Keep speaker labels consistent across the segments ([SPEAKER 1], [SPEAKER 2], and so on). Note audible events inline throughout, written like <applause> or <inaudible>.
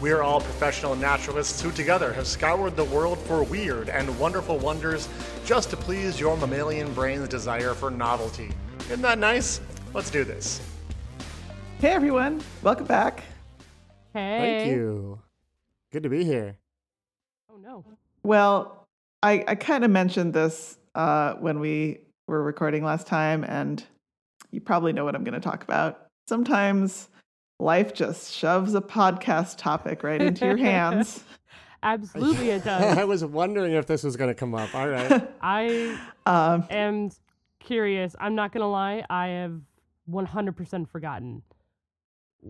[SPEAKER 1] We are all professional naturalists who, together, have scoured the world for weird and wonderful wonders just to please your mammalian brain's desire for novelty. Isn't that nice? Let's do this.
[SPEAKER 2] Hey everyone, welcome back.
[SPEAKER 3] Hey.
[SPEAKER 1] Thank you. Good to be here.
[SPEAKER 3] Oh no.
[SPEAKER 2] Well, I, I kind of mentioned this uh, when we were recording last time, and you probably know what I'm going to talk about. Sometimes life just shoves a podcast topic right into your
[SPEAKER 3] <laughs>
[SPEAKER 2] hands.
[SPEAKER 1] <laughs>
[SPEAKER 3] Absolutely it
[SPEAKER 2] <laughs>
[SPEAKER 3] does.
[SPEAKER 1] I was wondering if this was going to come up. All right.
[SPEAKER 3] I
[SPEAKER 2] Um,
[SPEAKER 3] am curious. I'm not going to lie. I have 100% forgotten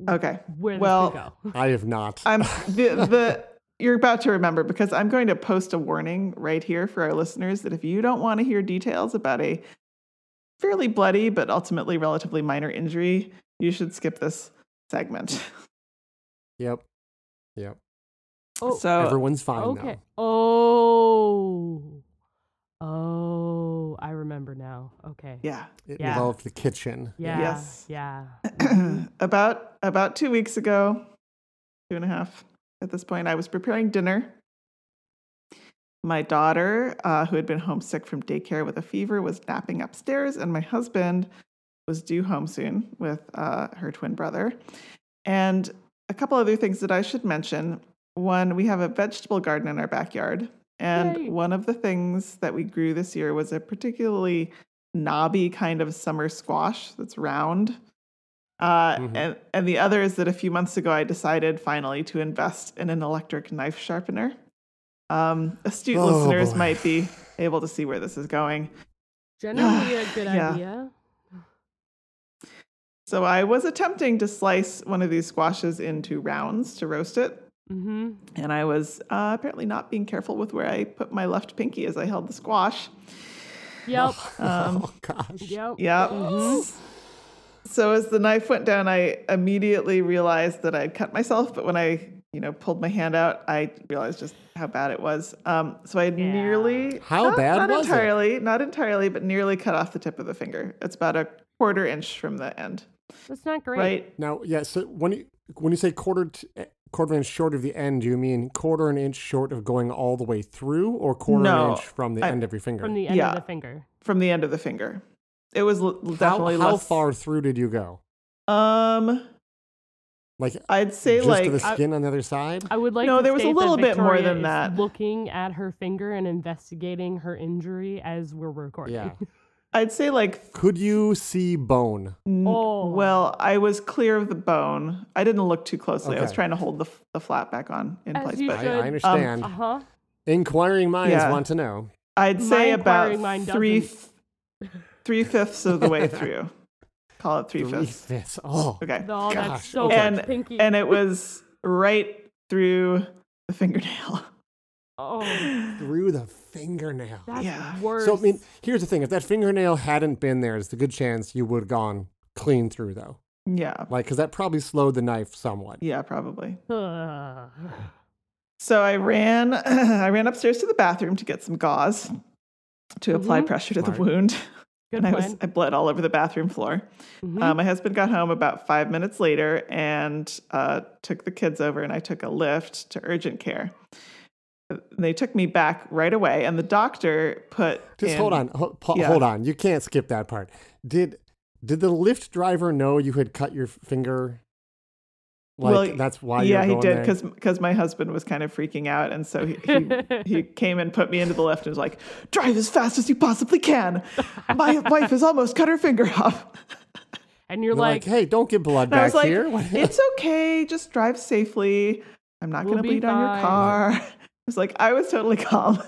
[SPEAKER 2] okay,
[SPEAKER 3] where this
[SPEAKER 2] Well,
[SPEAKER 3] could go.
[SPEAKER 1] I have not.
[SPEAKER 3] <laughs>
[SPEAKER 2] I'm the, the you're about to remember because I'm going to post a warning right here for our listeners that if you don't want to hear details about a fairly bloody but ultimately relatively minor injury, you should skip this segment.
[SPEAKER 1] Yep. Yep.
[SPEAKER 3] Oh,
[SPEAKER 2] so
[SPEAKER 1] Everyone's fine
[SPEAKER 3] okay. Oh. Oh, I remember now. Okay.
[SPEAKER 2] yeah.
[SPEAKER 1] It
[SPEAKER 3] Yeah.
[SPEAKER 1] involved the kitchen.
[SPEAKER 3] Yeah.
[SPEAKER 2] Yes.
[SPEAKER 3] Yeah.
[SPEAKER 2] <clears throat> about about two weeks ago, two and a half at this point, I was preparing dinner. My daughter, uh, who had been homesick from daycare with a fever, was napping upstairs, and my husband was due home soon with uh, her twin brother. And a couple other things that I should mention. One, we have a vegetable garden in our backyard. And
[SPEAKER 3] Yay.
[SPEAKER 2] one of the things that we grew this year was a particularly knobby kind of summer squash that's round. Uh,
[SPEAKER 1] Mhm.
[SPEAKER 2] and, and the other is that a few months ago, I decided finally to invest in an electric knife sharpener. Um, astute
[SPEAKER 1] Oh,
[SPEAKER 2] listeners
[SPEAKER 1] boy.
[SPEAKER 2] might be able to see where this is going. <sighs>
[SPEAKER 3] Generally a good
[SPEAKER 2] Yeah.
[SPEAKER 3] idea.
[SPEAKER 2] So I was attempting to slice one of these squashes into rounds to roast it.
[SPEAKER 3] Mm-hmm.
[SPEAKER 2] And I was uh, apparently not being careful with where I put my left pinky as I held the squash.
[SPEAKER 3] Yep.
[SPEAKER 2] <laughs> Um,
[SPEAKER 1] <laughs> oh <laughs> gosh.
[SPEAKER 3] Yep.
[SPEAKER 2] Yep.
[SPEAKER 3] Mhm.
[SPEAKER 2] So as the knife went down, I immediately realized that I'd cut myself. But when I, you know, pulled my hand out, I realized just how bad it was. Um, so I had
[SPEAKER 3] Yeah.
[SPEAKER 2] nearly
[SPEAKER 1] How
[SPEAKER 2] not,
[SPEAKER 1] bad
[SPEAKER 2] not
[SPEAKER 1] was it?
[SPEAKER 2] entirely, not entirely, but nearly cut off the tip of the finger. It's about a quarter inch from the end,
[SPEAKER 3] That's not great.
[SPEAKER 2] right?
[SPEAKER 1] Now, yeah. So when you when you say quarter t- eh, quarter inch short of the end, do you mean quarter an inch short of going all the way through, or quarter
[SPEAKER 2] No,
[SPEAKER 1] an inch from the
[SPEAKER 2] I-
[SPEAKER 1] end of your finger?
[SPEAKER 3] From the end
[SPEAKER 2] Yeah.
[SPEAKER 3] of the finger.
[SPEAKER 2] From the end of the finger, it was l-
[SPEAKER 1] how,
[SPEAKER 2] definitely
[SPEAKER 1] how
[SPEAKER 2] less.
[SPEAKER 1] far through did you go?
[SPEAKER 2] Um,
[SPEAKER 1] Like
[SPEAKER 2] I'd say
[SPEAKER 1] just
[SPEAKER 2] like
[SPEAKER 1] to the
[SPEAKER 2] I-
[SPEAKER 1] skin on the other side?
[SPEAKER 2] <laughs>
[SPEAKER 3] I would like.
[SPEAKER 2] No,
[SPEAKER 3] to
[SPEAKER 2] there was a
[SPEAKER 3] state
[SPEAKER 2] little
[SPEAKER 3] that
[SPEAKER 2] bit more
[SPEAKER 3] Victoria
[SPEAKER 2] than
[SPEAKER 3] is
[SPEAKER 2] that.
[SPEAKER 3] Looking at her finger and investigating her injury as we're recording.
[SPEAKER 1] Yeah.
[SPEAKER 2] I'd say like
[SPEAKER 1] Could you see bone?
[SPEAKER 2] N-
[SPEAKER 3] Oh.
[SPEAKER 2] Well, I was clear of the bone. I didn't look too closely. I was
[SPEAKER 1] Okay.
[SPEAKER 2] trying to hold the, f- the flap back on in
[SPEAKER 3] <laughs> As
[SPEAKER 2] place.
[SPEAKER 3] you
[SPEAKER 2] But
[SPEAKER 1] I,
[SPEAKER 3] should.
[SPEAKER 1] I understand.
[SPEAKER 3] uh huh.
[SPEAKER 1] Inquiring minds
[SPEAKER 2] Yeah.
[SPEAKER 1] want to know.
[SPEAKER 2] I'd say
[SPEAKER 3] My inquiring
[SPEAKER 2] about
[SPEAKER 3] mind
[SPEAKER 2] three
[SPEAKER 3] <laughs> doesn't.
[SPEAKER 2] three fifths of the
[SPEAKER 1] <laughs>
[SPEAKER 2] way through. Call it three
[SPEAKER 1] Three
[SPEAKER 2] fifths.
[SPEAKER 1] fifths. Oh,
[SPEAKER 2] Okay.
[SPEAKER 3] Oh, that's
[SPEAKER 1] Gosh,
[SPEAKER 3] so
[SPEAKER 1] okay.
[SPEAKER 3] much
[SPEAKER 2] And-
[SPEAKER 3] pinky.
[SPEAKER 2] And it was right through the fingernail. <laughs>
[SPEAKER 3] oh,
[SPEAKER 1] through the fingernail.
[SPEAKER 3] that's
[SPEAKER 2] Yeah.
[SPEAKER 3] worse.
[SPEAKER 1] So I mean, here's the thing: if that fingernail hadn't been there, it's a good chance you would have gone clean through, though.
[SPEAKER 2] Yeah.
[SPEAKER 1] Like, because that probably slowed the knife somewhat.
[SPEAKER 2] Yeah, probably.
[SPEAKER 3] Ugh.
[SPEAKER 2] So I ran <clears throat> I ran upstairs to the bathroom to get some gauze to apply
[SPEAKER 3] Mhm.
[SPEAKER 2] pressure to
[SPEAKER 1] Smart.
[SPEAKER 2] the wound. <laughs>
[SPEAKER 3] Good
[SPEAKER 2] and I
[SPEAKER 3] plan.
[SPEAKER 2] was I bled all over the bathroom floor.
[SPEAKER 3] Mhm.
[SPEAKER 1] Mm-hmm.
[SPEAKER 2] Uh, my husband got home about five minutes later and uh, took the kids over, and I took a lift to urgent care. Uh, They took me back right away, and the doctor put.
[SPEAKER 1] Just
[SPEAKER 2] in-
[SPEAKER 1] hold on, ho- pa-
[SPEAKER 2] Yeah.
[SPEAKER 1] hold on. You can't skip that part. Did did the Lyft driver know you had cut your f- finger? Like
[SPEAKER 2] Well,
[SPEAKER 1] that's why.
[SPEAKER 2] yeah,
[SPEAKER 1] you
[SPEAKER 2] he
[SPEAKER 1] were
[SPEAKER 2] did
[SPEAKER 1] going there?
[SPEAKER 2] because my husband was kind of freaking out, and so he, he
[SPEAKER 1] <laughs>
[SPEAKER 2] he came and put me into the lift and was like, "Drive as fast as you possibly can. My wife has almost cut her finger off."
[SPEAKER 3] and you're
[SPEAKER 1] You're like,
[SPEAKER 3] like,
[SPEAKER 1] hey, don't get blood
[SPEAKER 2] And <laughs> I
[SPEAKER 1] back
[SPEAKER 2] was like,
[SPEAKER 1] here. What- <laughs>
[SPEAKER 2] it's okay. Just drive safely. I'm not
[SPEAKER 3] We'll
[SPEAKER 2] going to
[SPEAKER 3] be
[SPEAKER 2] bleed on your
[SPEAKER 3] fine."
[SPEAKER 2] car. <laughs> I was like, I was totally <laughs> calm.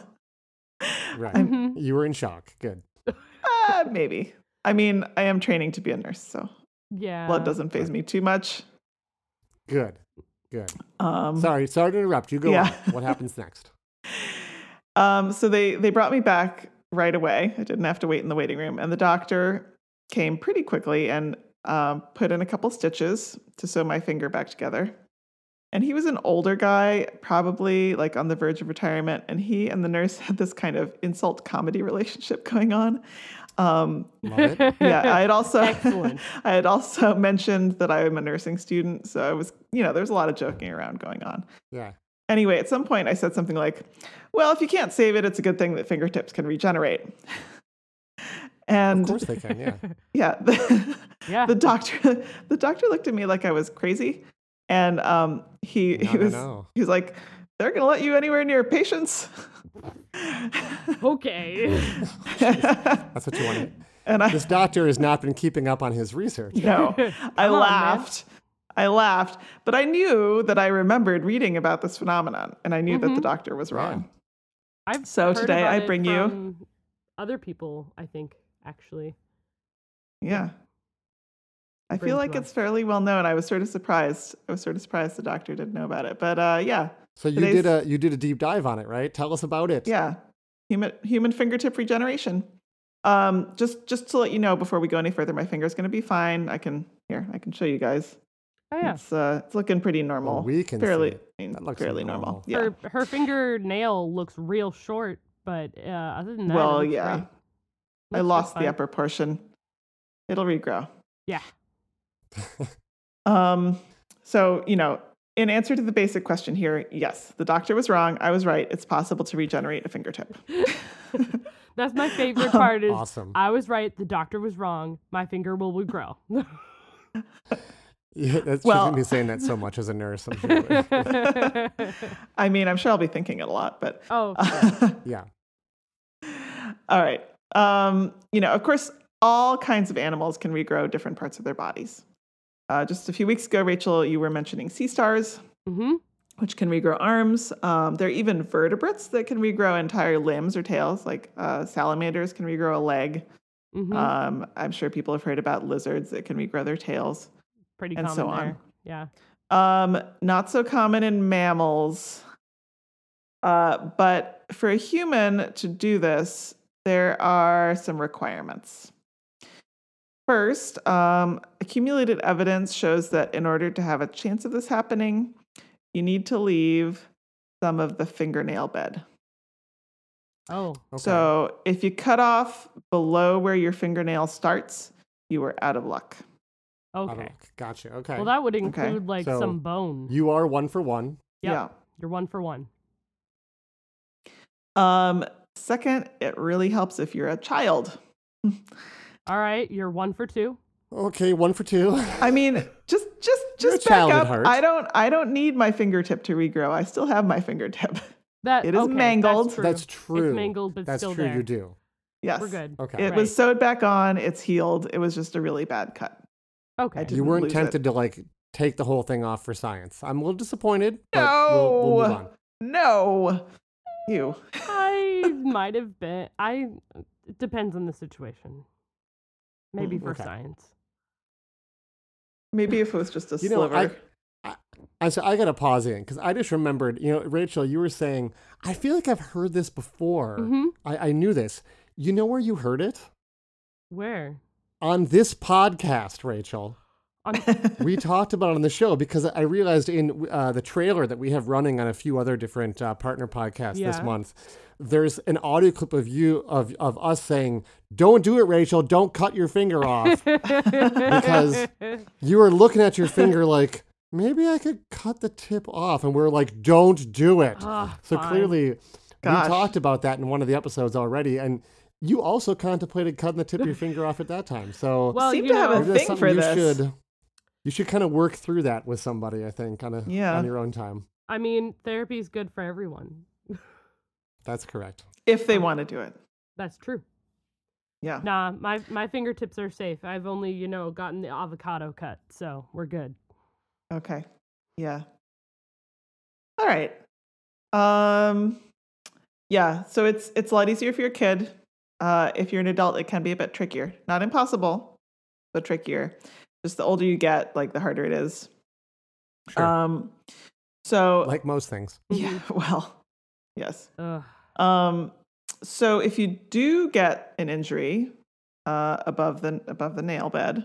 [SPEAKER 1] right.
[SPEAKER 3] mhm.
[SPEAKER 1] You were in shock. Good.
[SPEAKER 2] Uh, maybe. I mean, I am training to be a nurse, so
[SPEAKER 3] mm-hmm. yeah.
[SPEAKER 2] blood doesn't phase me too much.
[SPEAKER 1] Good. Good.
[SPEAKER 2] Um,
[SPEAKER 1] Sorry. Sorry to interrupt. You go
[SPEAKER 2] yeah. <laughs>
[SPEAKER 1] on. What happens next?
[SPEAKER 2] um, so they they brought me back right away. I didn't have to wait in the waiting room. And the doctor came pretty quickly and um, put in a couple stitches to sew my finger back together. And he was an older guy, probably like on the verge of retirement. And he and the nurse <laughs> had this kind of insult comedy relationship going on. Um,
[SPEAKER 4] Love it.
[SPEAKER 3] <laughs>
[SPEAKER 2] yeah, I had
[SPEAKER 4] <laughs>
[SPEAKER 2] also
[SPEAKER 3] Excellent.
[SPEAKER 2] <laughs> I had also mentioned that I am a nursing student, so I was, you know, there was a lot of joking around going on.
[SPEAKER 4] Yeah.
[SPEAKER 2] Anyway, at some point I said something like, "Well, if you can't save it, it's a good thing that fingertips can regenerate."
[SPEAKER 4] Of
[SPEAKER 2] and
[SPEAKER 4] course they can. Yeah.
[SPEAKER 2] yeah, <laughs> the,
[SPEAKER 3] yeah.
[SPEAKER 2] the doctor the doctor looked at me like I was crazy, and um, he
[SPEAKER 4] No,
[SPEAKER 2] he
[SPEAKER 4] no,
[SPEAKER 2] was
[SPEAKER 4] no.
[SPEAKER 2] he was like, "They're gonna let you anywhere near
[SPEAKER 4] <laughs>
[SPEAKER 2] patients."
[SPEAKER 3] okay.
[SPEAKER 4] That's what you wanted.
[SPEAKER 2] <laughs> and I
[SPEAKER 4] This doctor has not been keeping up on
[SPEAKER 2] <laughs>
[SPEAKER 4] his
[SPEAKER 3] <laughs>
[SPEAKER 4] research.
[SPEAKER 2] No, I
[SPEAKER 3] Come on, man.
[SPEAKER 2] laughed. I laughed, but I knew that I remembered reading about this phenomenon, and I knew that
[SPEAKER 3] Mm-hmm.
[SPEAKER 2] the doctor was wrong.
[SPEAKER 3] I've
[SPEAKER 2] So
[SPEAKER 3] heard
[SPEAKER 2] today
[SPEAKER 3] about
[SPEAKER 2] I
[SPEAKER 3] it
[SPEAKER 2] bring you-
[SPEAKER 3] from Other people, I think, actually.
[SPEAKER 2] Yeah, I
[SPEAKER 3] Brings
[SPEAKER 2] feel like
[SPEAKER 3] luck.
[SPEAKER 2] it's fairly well known. I was sort of surprised. I was sort of surprised the doctor didn't know about it, but uh, yeah,
[SPEAKER 4] So you
[SPEAKER 2] Today's-
[SPEAKER 4] did a you did a deep dive on it, right? Tell us about it.
[SPEAKER 2] yeah, human human fingertip regeneration. Um, just just to let you know before we go any further, my finger's going to be fine. I can here, I can show you guys.
[SPEAKER 3] Oh yeah.
[SPEAKER 2] It's uh, it's looking pretty normal.
[SPEAKER 4] we can see
[SPEAKER 2] fairly
[SPEAKER 4] it.
[SPEAKER 2] I mean,
[SPEAKER 4] That looks
[SPEAKER 2] fairly normal.
[SPEAKER 4] normal.
[SPEAKER 2] Yeah.
[SPEAKER 3] Her her fingernail looks real short, but uh, other than that, it
[SPEAKER 2] well,
[SPEAKER 3] looks
[SPEAKER 2] yeah.
[SPEAKER 3] great.
[SPEAKER 2] I
[SPEAKER 3] Looks
[SPEAKER 2] lost
[SPEAKER 3] fine.
[SPEAKER 2] the upper portion. It'll regrow.
[SPEAKER 3] Yeah.
[SPEAKER 2] Um, so, you know, in answer to the basic question here, yes, the doctor was wrong. I was right. It's possible to regenerate a fingertip.
[SPEAKER 3] That's
[SPEAKER 2] <laughs>
[SPEAKER 3] my favorite part. Is
[SPEAKER 4] Awesome.
[SPEAKER 3] I was right. The doctor was wrong. My finger will regrow.
[SPEAKER 4] <laughs> Yeah, that
[SPEAKER 2] Well-
[SPEAKER 4] shouldn't be saying that so much as a nurse. I'm
[SPEAKER 2] <laughs>
[SPEAKER 4] sure.
[SPEAKER 2] I mean, I'm sure I'll be thinking it a lot, but
[SPEAKER 3] <laughs>
[SPEAKER 2] <laughs>
[SPEAKER 3] oh,
[SPEAKER 2] Uh,
[SPEAKER 4] yeah.
[SPEAKER 2] all right. Um, you know, of course, all kinds of animals can regrow different parts of their bodies. Uh, just a few weeks ago, Rachel, you were mentioning sea stars,
[SPEAKER 3] hmm
[SPEAKER 2] which can regrow arms. Um, there are even vertebrates that can regrow entire limbs or tails, like uh, salamanders can regrow a leg.
[SPEAKER 3] hmm
[SPEAKER 2] Um, I'm sure people have heard about lizards that can regrow their tails.
[SPEAKER 3] pretty
[SPEAKER 2] and
[SPEAKER 3] common
[SPEAKER 2] so on.
[SPEAKER 3] there. Yeah.
[SPEAKER 2] Um, not so common in mammals. Uh, but for a human to do this, there are some requirements. First, um, accumulated evidence shows that in order to have a chance of this happening, you need to leave some of the fingernail bed.
[SPEAKER 3] Oh.
[SPEAKER 4] Okay.
[SPEAKER 2] So if you cut off below where your fingernail starts, you are out of luck.
[SPEAKER 4] I don't-
[SPEAKER 3] Okay.
[SPEAKER 4] Gotcha. Okay.
[SPEAKER 3] Well, that would include like
[SPEAKER 4] So,
[SPEAKER 3] some bone.
[SPEAKER 4] you are one for one.
[SPEAKER 3] Yep. You're one for one.
[SPEAKER 2] Yeah. Um, second, it really helps if you're a child.
[SPEAKER 3] All right. You're one for two.
[SPEAKER 4] Okay, one for two.
[SPEAKER 2] I mean, just just
[SPEAKER 4] You're a
[SPEAKER 2] just back
[SPEAKER 4] child at
[SPEAKER 2] up.
[SPEAKER 4] heart.
[SPEAKER 2] I don't I don't need my fingertip to regrow. I still have my fingertip. <laughs>
[SPEAKER 3] That
[SPEAKER 2] It is
[SPEAKER 3] okay,
[SPEAKER 2] mangled.
[SPEAKER 3] That's true.
[SPEAKER 4] That's true.
[SPEAKER 3] mangled, but
[SPEAKER 4] <laughs> That's
[SPEAKER 3] still
[SPEAKER 4] true.
[SPEAKER 3] there.
[SPEAKER 4] You do.
[SPEAKER 2] Yes.
[SPEAKER 3] We're good.
[SPEAKER 4] Okay.
[SPEAKER 2] It
[SPEAKER 3] Right.
[SPEAKER 2] was sewed back on. It's healed. It was just a really bad cut.
[SPEAKER 3] Okay.
[SPEAKER 2] did-
[SPEAKER 4] You
[SPEAKER 2] Didn't
[SPEAKER 4] weren't
[SPEAKER 2] lose it.
[SPEAKER 4] tempted to like take the whole thing off for science. I'm a little disappointed. But we'll, we'll move
[SPEAKER 2] No.
[SPEAKER 4] on.
[SPEAKER 2] No. You.
[SPEAKER 3] I might have been. I. It depends on the situation. Maybe
[SPEAKER 2] Hmm,
[SPEAKER 3] for
[SPEAKER 4] okay.
[SPEAKER 3] science.
[SPEAKER 2] Maybe if it was just a
[SPEAKER 4] You know,
[SPEAKER 2] sliver.
[SPEAKER 4] I- I, I, so I got to pause in because I just remembered, you know, Rachel, you were saying, I feel like I've heard this before.
[SPEAKER 2] Mm-hmm.
[SPEAKER 3] Mhm.
[SPEAKER 4] I, I knew this. You know where you heard it?
[SPEAKER 3] Where?
[SPEAKER 4] On this
[SPEAKER 3] <laughs>
[SPEAKER 4] podcast, Rachel.
[SPEAKER 2] <laughs>
[SPEAKER 3] On
[SPEAKER 4] we talked about it on the show because I realized in uh, the trailer that we have running on a few other different uh, partner podcasts this
[SPEAKER 3] Yeah.
[SPEAKER 4] month. There's an audio clip of you of of us saying, "Don't do it, Rachel. Don't cut your
[SPEAKER 3] <laughs>
[SPEAKER 4] finger off." because you were looking at your finger like, "Maybe I could cut the tip off," and we're like, "Don't do it."
[SPEAKER 3] Ah,
[SPEAKER 4] so
[SPEAKER 3] fine.
[SPEAKER 4] clearly,
[SPEAKER 2] Gosh.
[SPEAKER 4] we talked about that in one of the episodes already, and you also contemplated cutting
[SPEAKER 2] <laughs>
[SPEAKER 4] the tip of your finger off at that time. So
[SPEAKER 3] Well,
[SPEAKER 2] Seem
[SPEAKER 3] you
[SPEAKER 2] to have
[SPEAKER 3] know,
[SPEAKER 2] a
[SPEAKER 4] Maybe that's
[SPEAKER 2] thing
[SPEAKER 4] something
[SPEAKER 2] for
[SPEAKER 4] you
[SPEAKER 2] this.
[SPEAKER 4] Should, you should kind of work through that with somebody, I think, on, a,
[SPEAKER 2] Yeah.
[SPEAKER 4] on your own time.
[SPEAKER 3] I mean, therapy is good for everyone.
[SPEAKER 4] That's correct.
[SPEAKER 2] if they want to do it.
[SPEAKER 3] That's true.
[SPEAKER 2] Yeah.
[SPEAKER 3] Nah, my my fingertips are safe. I've only, you know, gotten the avocado cut, so we're good.
[SPEAKER 2] Okay. Yeah. All right. Um yeah, so it's it's a lot easier for your kid. Uh if you're an adult, it can be a bit trickier. Not impossible, but trickier. Just the older you get, like the harder it is.
[SPEAKER 4] Sure.
[SPEAKER 2] Um so <laughs>
[SPEAKER 4] like most things.
[SPEAKER 2] yeah, well, yes.
[SPEAKER 3] Ugh.
[SPEAKER 2] Um So if you do get an injury uh, above the above the nail bed,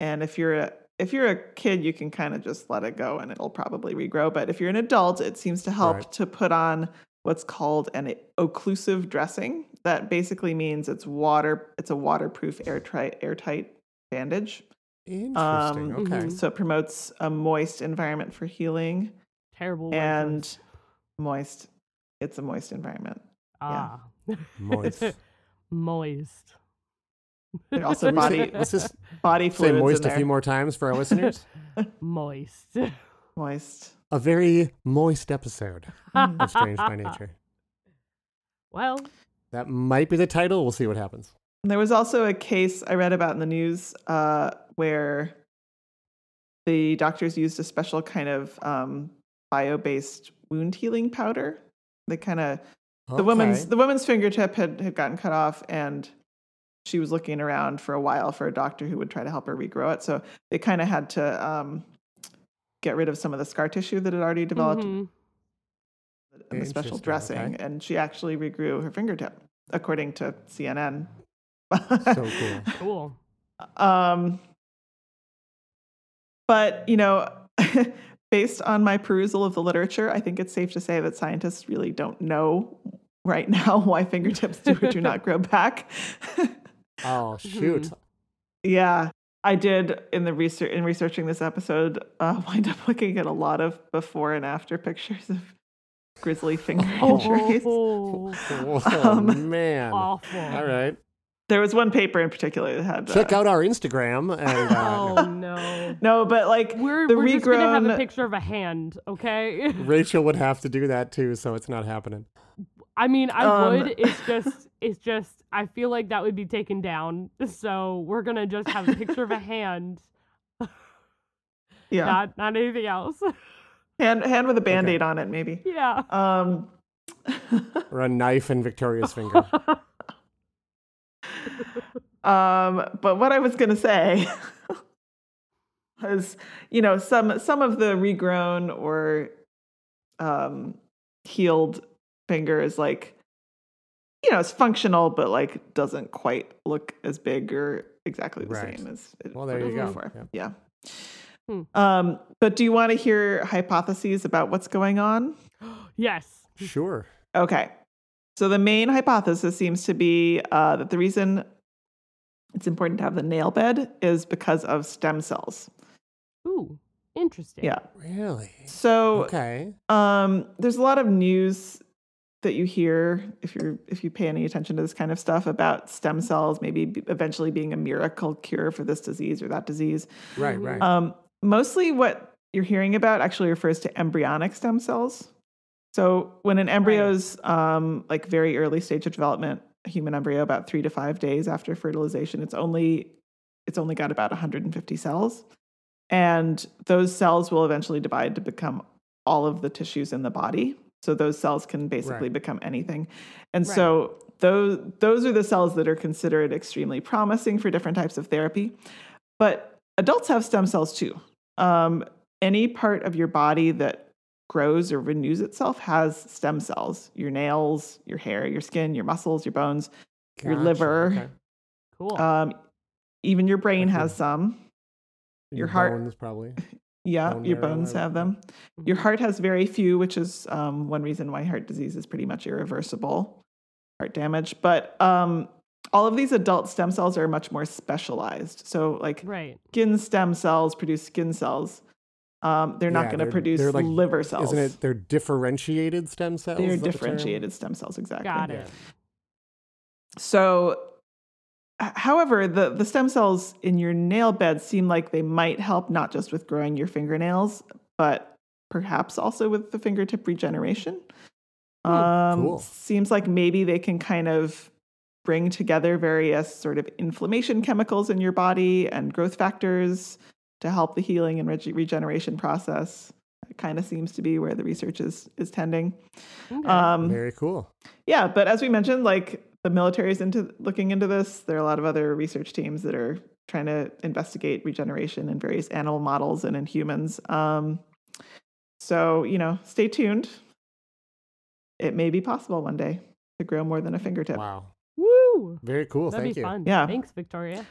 [SPEAKER 2] and if you're a if you're a kid, you can kind of just let it go and it'll probably regrow. But if you're an adult, it seems to help
[SPEAKER 4] Right.
[SPEAKER 2] to put on what's called an occlusive dressing. That basically means it's water. It's a waterproof, airtight, airtight bandage.
[SPEAKER 4] Interesting.
[SPEAKER 2] Um,
[SPEAKER 4] okay.
[SPEAKER 3] mhm.
[SPEAKER 2] So it promotes a moist environment for healing
[SPEAKER 4] Oh
[SPEAKER 3] Terrible. word
[SPEAKER 2] and
[SPEAKER 3] choice.
[SPEAKER 2] moist. It's a moist environment.
[SPEAKER 3] ah,
[SPEAKER 4] Moist.
[SPEAKER 3] <laughs> moist.
[SPEAKER 2] There are also
[SPEAKER 4] Can we say-
[SPEAKER 2] body
[SPEAKER 4] Let's just
[SPEAKER 2] body <laughs>
[SPEAKER 4] say
[SPEAKER 2] fluids in
[SPEAKER 4] moist a
[SPEAKER 2] there.
[SPEAKER 4] few more times for our listeners.
[SPEAKER 3] <laughs> Moist.
[SPEAKER 2] <laughs> Moist.
[SPEAKER 4] a very moist episode of
[SPEAKER 2] <laughs>
[SPEAKER 4] Strange by Nature.
[SPEAKER 3] <laughs> well,
[SPEAKER 4] That might be the title. We'll see what happens.
[SPEAKER 2] There was also a case I read about in the news uh, where the doctors used a special kind of um, bio-based wound healing powder. They kind of the woman's
[SPEAKER 4] Okay.
[SPEAKER 2] the woman's fingertip had, had gotten cut off and she was looking around for a while for a doctor who would try to help her regrow it so they kind of had to um, get rid of some of the scar tissue that had already developed
[SPEAKER 3] mhm.
[SPEAKER 2] and the special
[SPEAKER 4] Interesting,
[SPEAKER 2] dressing
[SPEAKER 4] okay.
[SPEAKER 2] and she actually regrew her fingertip according to cnn <laughs>
[SPEAKER 4] so cool.
[SPEAKER 3] cool.
[SPEAKER 2] um, but you know, <laughs> based on my perusal of the literature, I think it's safe to say that scientists really don't know right <laughs> now why fingertips do or do
[SPEAKER 4] <laughs>
[SPEAKER 2] not grow back. <laughs>
[SPEAKER 4] Oh shoot!
[SPEAKER 2] yeah, I did in the research in researching this episode uh, <laughs> wind up looking at a lot of before and after pictures of
[SPEAKER 4] <laughs>
[SPEAKER 2] grizzly finger injuries.
[SPEAKER 3] Oh,
[SPEAKER 4] Oh
[SPEAKER 2] Um,
[SPEAKER 4] man!
[SPEAKER 3] awful.
[SPEAKER 4] All right.
[SPEAKER 2] There was one paper in particular that had
[SPEAKER 4] Check
[SPEAKER 2] uh,
[SPEAKER 4] out our Instagram and uh, <laughs>
[SPEAKER 3] Oh no.
[SPEAKER 2] No, but like <laughs>
[SPEAKER 3] We're,
[SPEAKER 2] the
[SPEAKER 3] we're just gonna have
[SPEAKER 2] regrown
[SPEAKER 3] a picture of a hand, okay? <laughs>
[SPEAKER 4] Rachel would have to do that too, so it's not happening.
[SPEAKER 3] I mean, I
[SPEAKER 2] Um,
[SPEAKER 3] would. It's just, it's just. I feel like that would be taken down. <laughs> So we're gonna just have a picture of a hand,
[SPEAKER 2] <laughs> yeah,
[SPEAKER 3] not not anything else. <laughs>
[SPEAKER 2] hand hand with a band-aid on it maybe.
[SPEAKER 3] yeah.
[SPEAKER 2] Um,
[SPEAKER 4] Or a knife in Victoria's
[SPEAKER 2] <laughs>
[SPEAKER 4] finger.
[SPEAKER 2] Um, but what I was going to say <laughs> was, you know, some some of the regrown or um, healed finger is like, you know, it's functional, but like doesn't quite look as big or exactly the
[SPEAKER 4] Right.
[SPEAKER 2] same as it
[SPEAKER 4] Well, there
[SPEAKER 2] looked
[SPEAKER 4] you go.
[SPEAKER 2] before. Yeah.
[SPEAKER 3] Hmm.
[SPEAKER 2] Um, but do you want to hear hypotheses about what's going on?
[SPEAKER 3] Yes.
[SPEAKER 4] Sure.
[SPEAKER 2] Okay. So the main hypothesis seems to be uh, that the reason it's important to have the nail bed is because of stem cells.
[SPEAKER 3] Ooh, interesting.
[SPEAKER 2] Yeah.
[SPEAKER 4] Really?
[SPEAKER 2] So
[SPEAKER 4] Okay.
[SPEAKER 2] um, there's a lot of news that you hear if you're if you pay any attention to this kind of stuff about stem cells maybe be- eventually being a miracle cure for this disease or that disease.
[SPEAKER 4] Right. Right.
[SPEAKER 2] Um, mostly what you're hearing about actually refers to embryonic stem cells. So when an embryo's um, like very early stage of development, a human embryo about three to five days after fertilization, it's only it's only got about 150 cells, and those cells will eventually divide to become all of the tissues in the body. So those cells can basically
[SPEAKER 4] Right.
[SPEAKER 2] become anything, and
[SPEAKER 3] Right.
[SPEAKER 2] so those those are the cells that are considered extremely promising for different types of therapy. But adults have stem cells too. Um, any part of your body that grows or renews itself has stem cells your nails, your hair, your skin, your muscles, your bones. your
[SPEAKER 4] Gotcha,
[SPEAKER 2] liver,
[SPEAKER 4] okay.
[SPEAKER 3] Cool.
[SPEAKER 2] Um, even your brain
[SPEAKER 4] Like your-
[SPEAKER 2] has some. your heart-
[SPEAKER 4] bones probably.
[SPEAKER 2] Yeah,
[SPEAKER 4] Bone
[SPEAKER 2] your
[SPEAKER 4] marrow,
[SPEAKER 2] bones
[SPEAKER 4] whatever.
[SPEAKER 2] have them. Your
[SPEAKER 4] Mm-hmm.
[SPEAKER 2] heart has very few, which is um, one reason why heart disease is pretty much irreversible, heart damage. But um, all of these adult stem cells are much more specialized. So, like
[SPEAKER 3] right.
[SPEAKER 2] skin stem cells produce skin cells. Um, they're not
[SPEAKER 4] Yeah,
[SPEAKER 2] going
[SPEAKER 4] they're-
[SPEAKER 2] to produce
[SPEAKER 4] they're like-
[SPEAKER 2] liver cells.
[SPEAKER 4] Isn't it? They're differentiated stem cells.
[SPEAKER 2] They're
[SPEAKER 4] is that the term?
[SPEAKER 2] differentiated stem cells, exactly.
[SPEAKER 3] Got
[SPEAKER 4] Yeah.
[SPEAKER 3] it.
[SPEAKER 2] So, h- however, the, the stem cells in your nail bed seem like they might help not just with growing your fingernails, but perhaps also with the fingertip regeneration.
[SPEAKER 3] Hmm.
[SPEAKER 2] Um,
[SPEAKER 4] Cool.
[SPEAKER 2] Seems like maybe they can kind of bring together various sort of inflammation chemicals in your body and growth factors to help the healing and reg- regeneration process. That kind of seems to be where the research is is tending.
[SPEAKER 3] Okay.
[SPEAKER 2] Um,
[SPEAKER 4] Very cool.
[SPEAKER 2] yeah, but as we mentioned, like the military is into looking into this. There are a lot of other research teams that are trying to investigate regeneration in various animal models and in humans. Um, so you know, stay tuned. It may be possible one day. to grow more than a fingertip.
[SPEAKER 4] Wow.
[SPEAKER 3] Woo!
[SPEAKER 4] Very cool.
[SPEAKER 3] That'd
[SPEAKER 4] Thank
[SPEAKER 3] be
[SPEAKER 4] you.
[SPEAKER 3] fun.
[SPEAKER 2] Yeah.
[SPEAKER 3] Thanks, Victoria.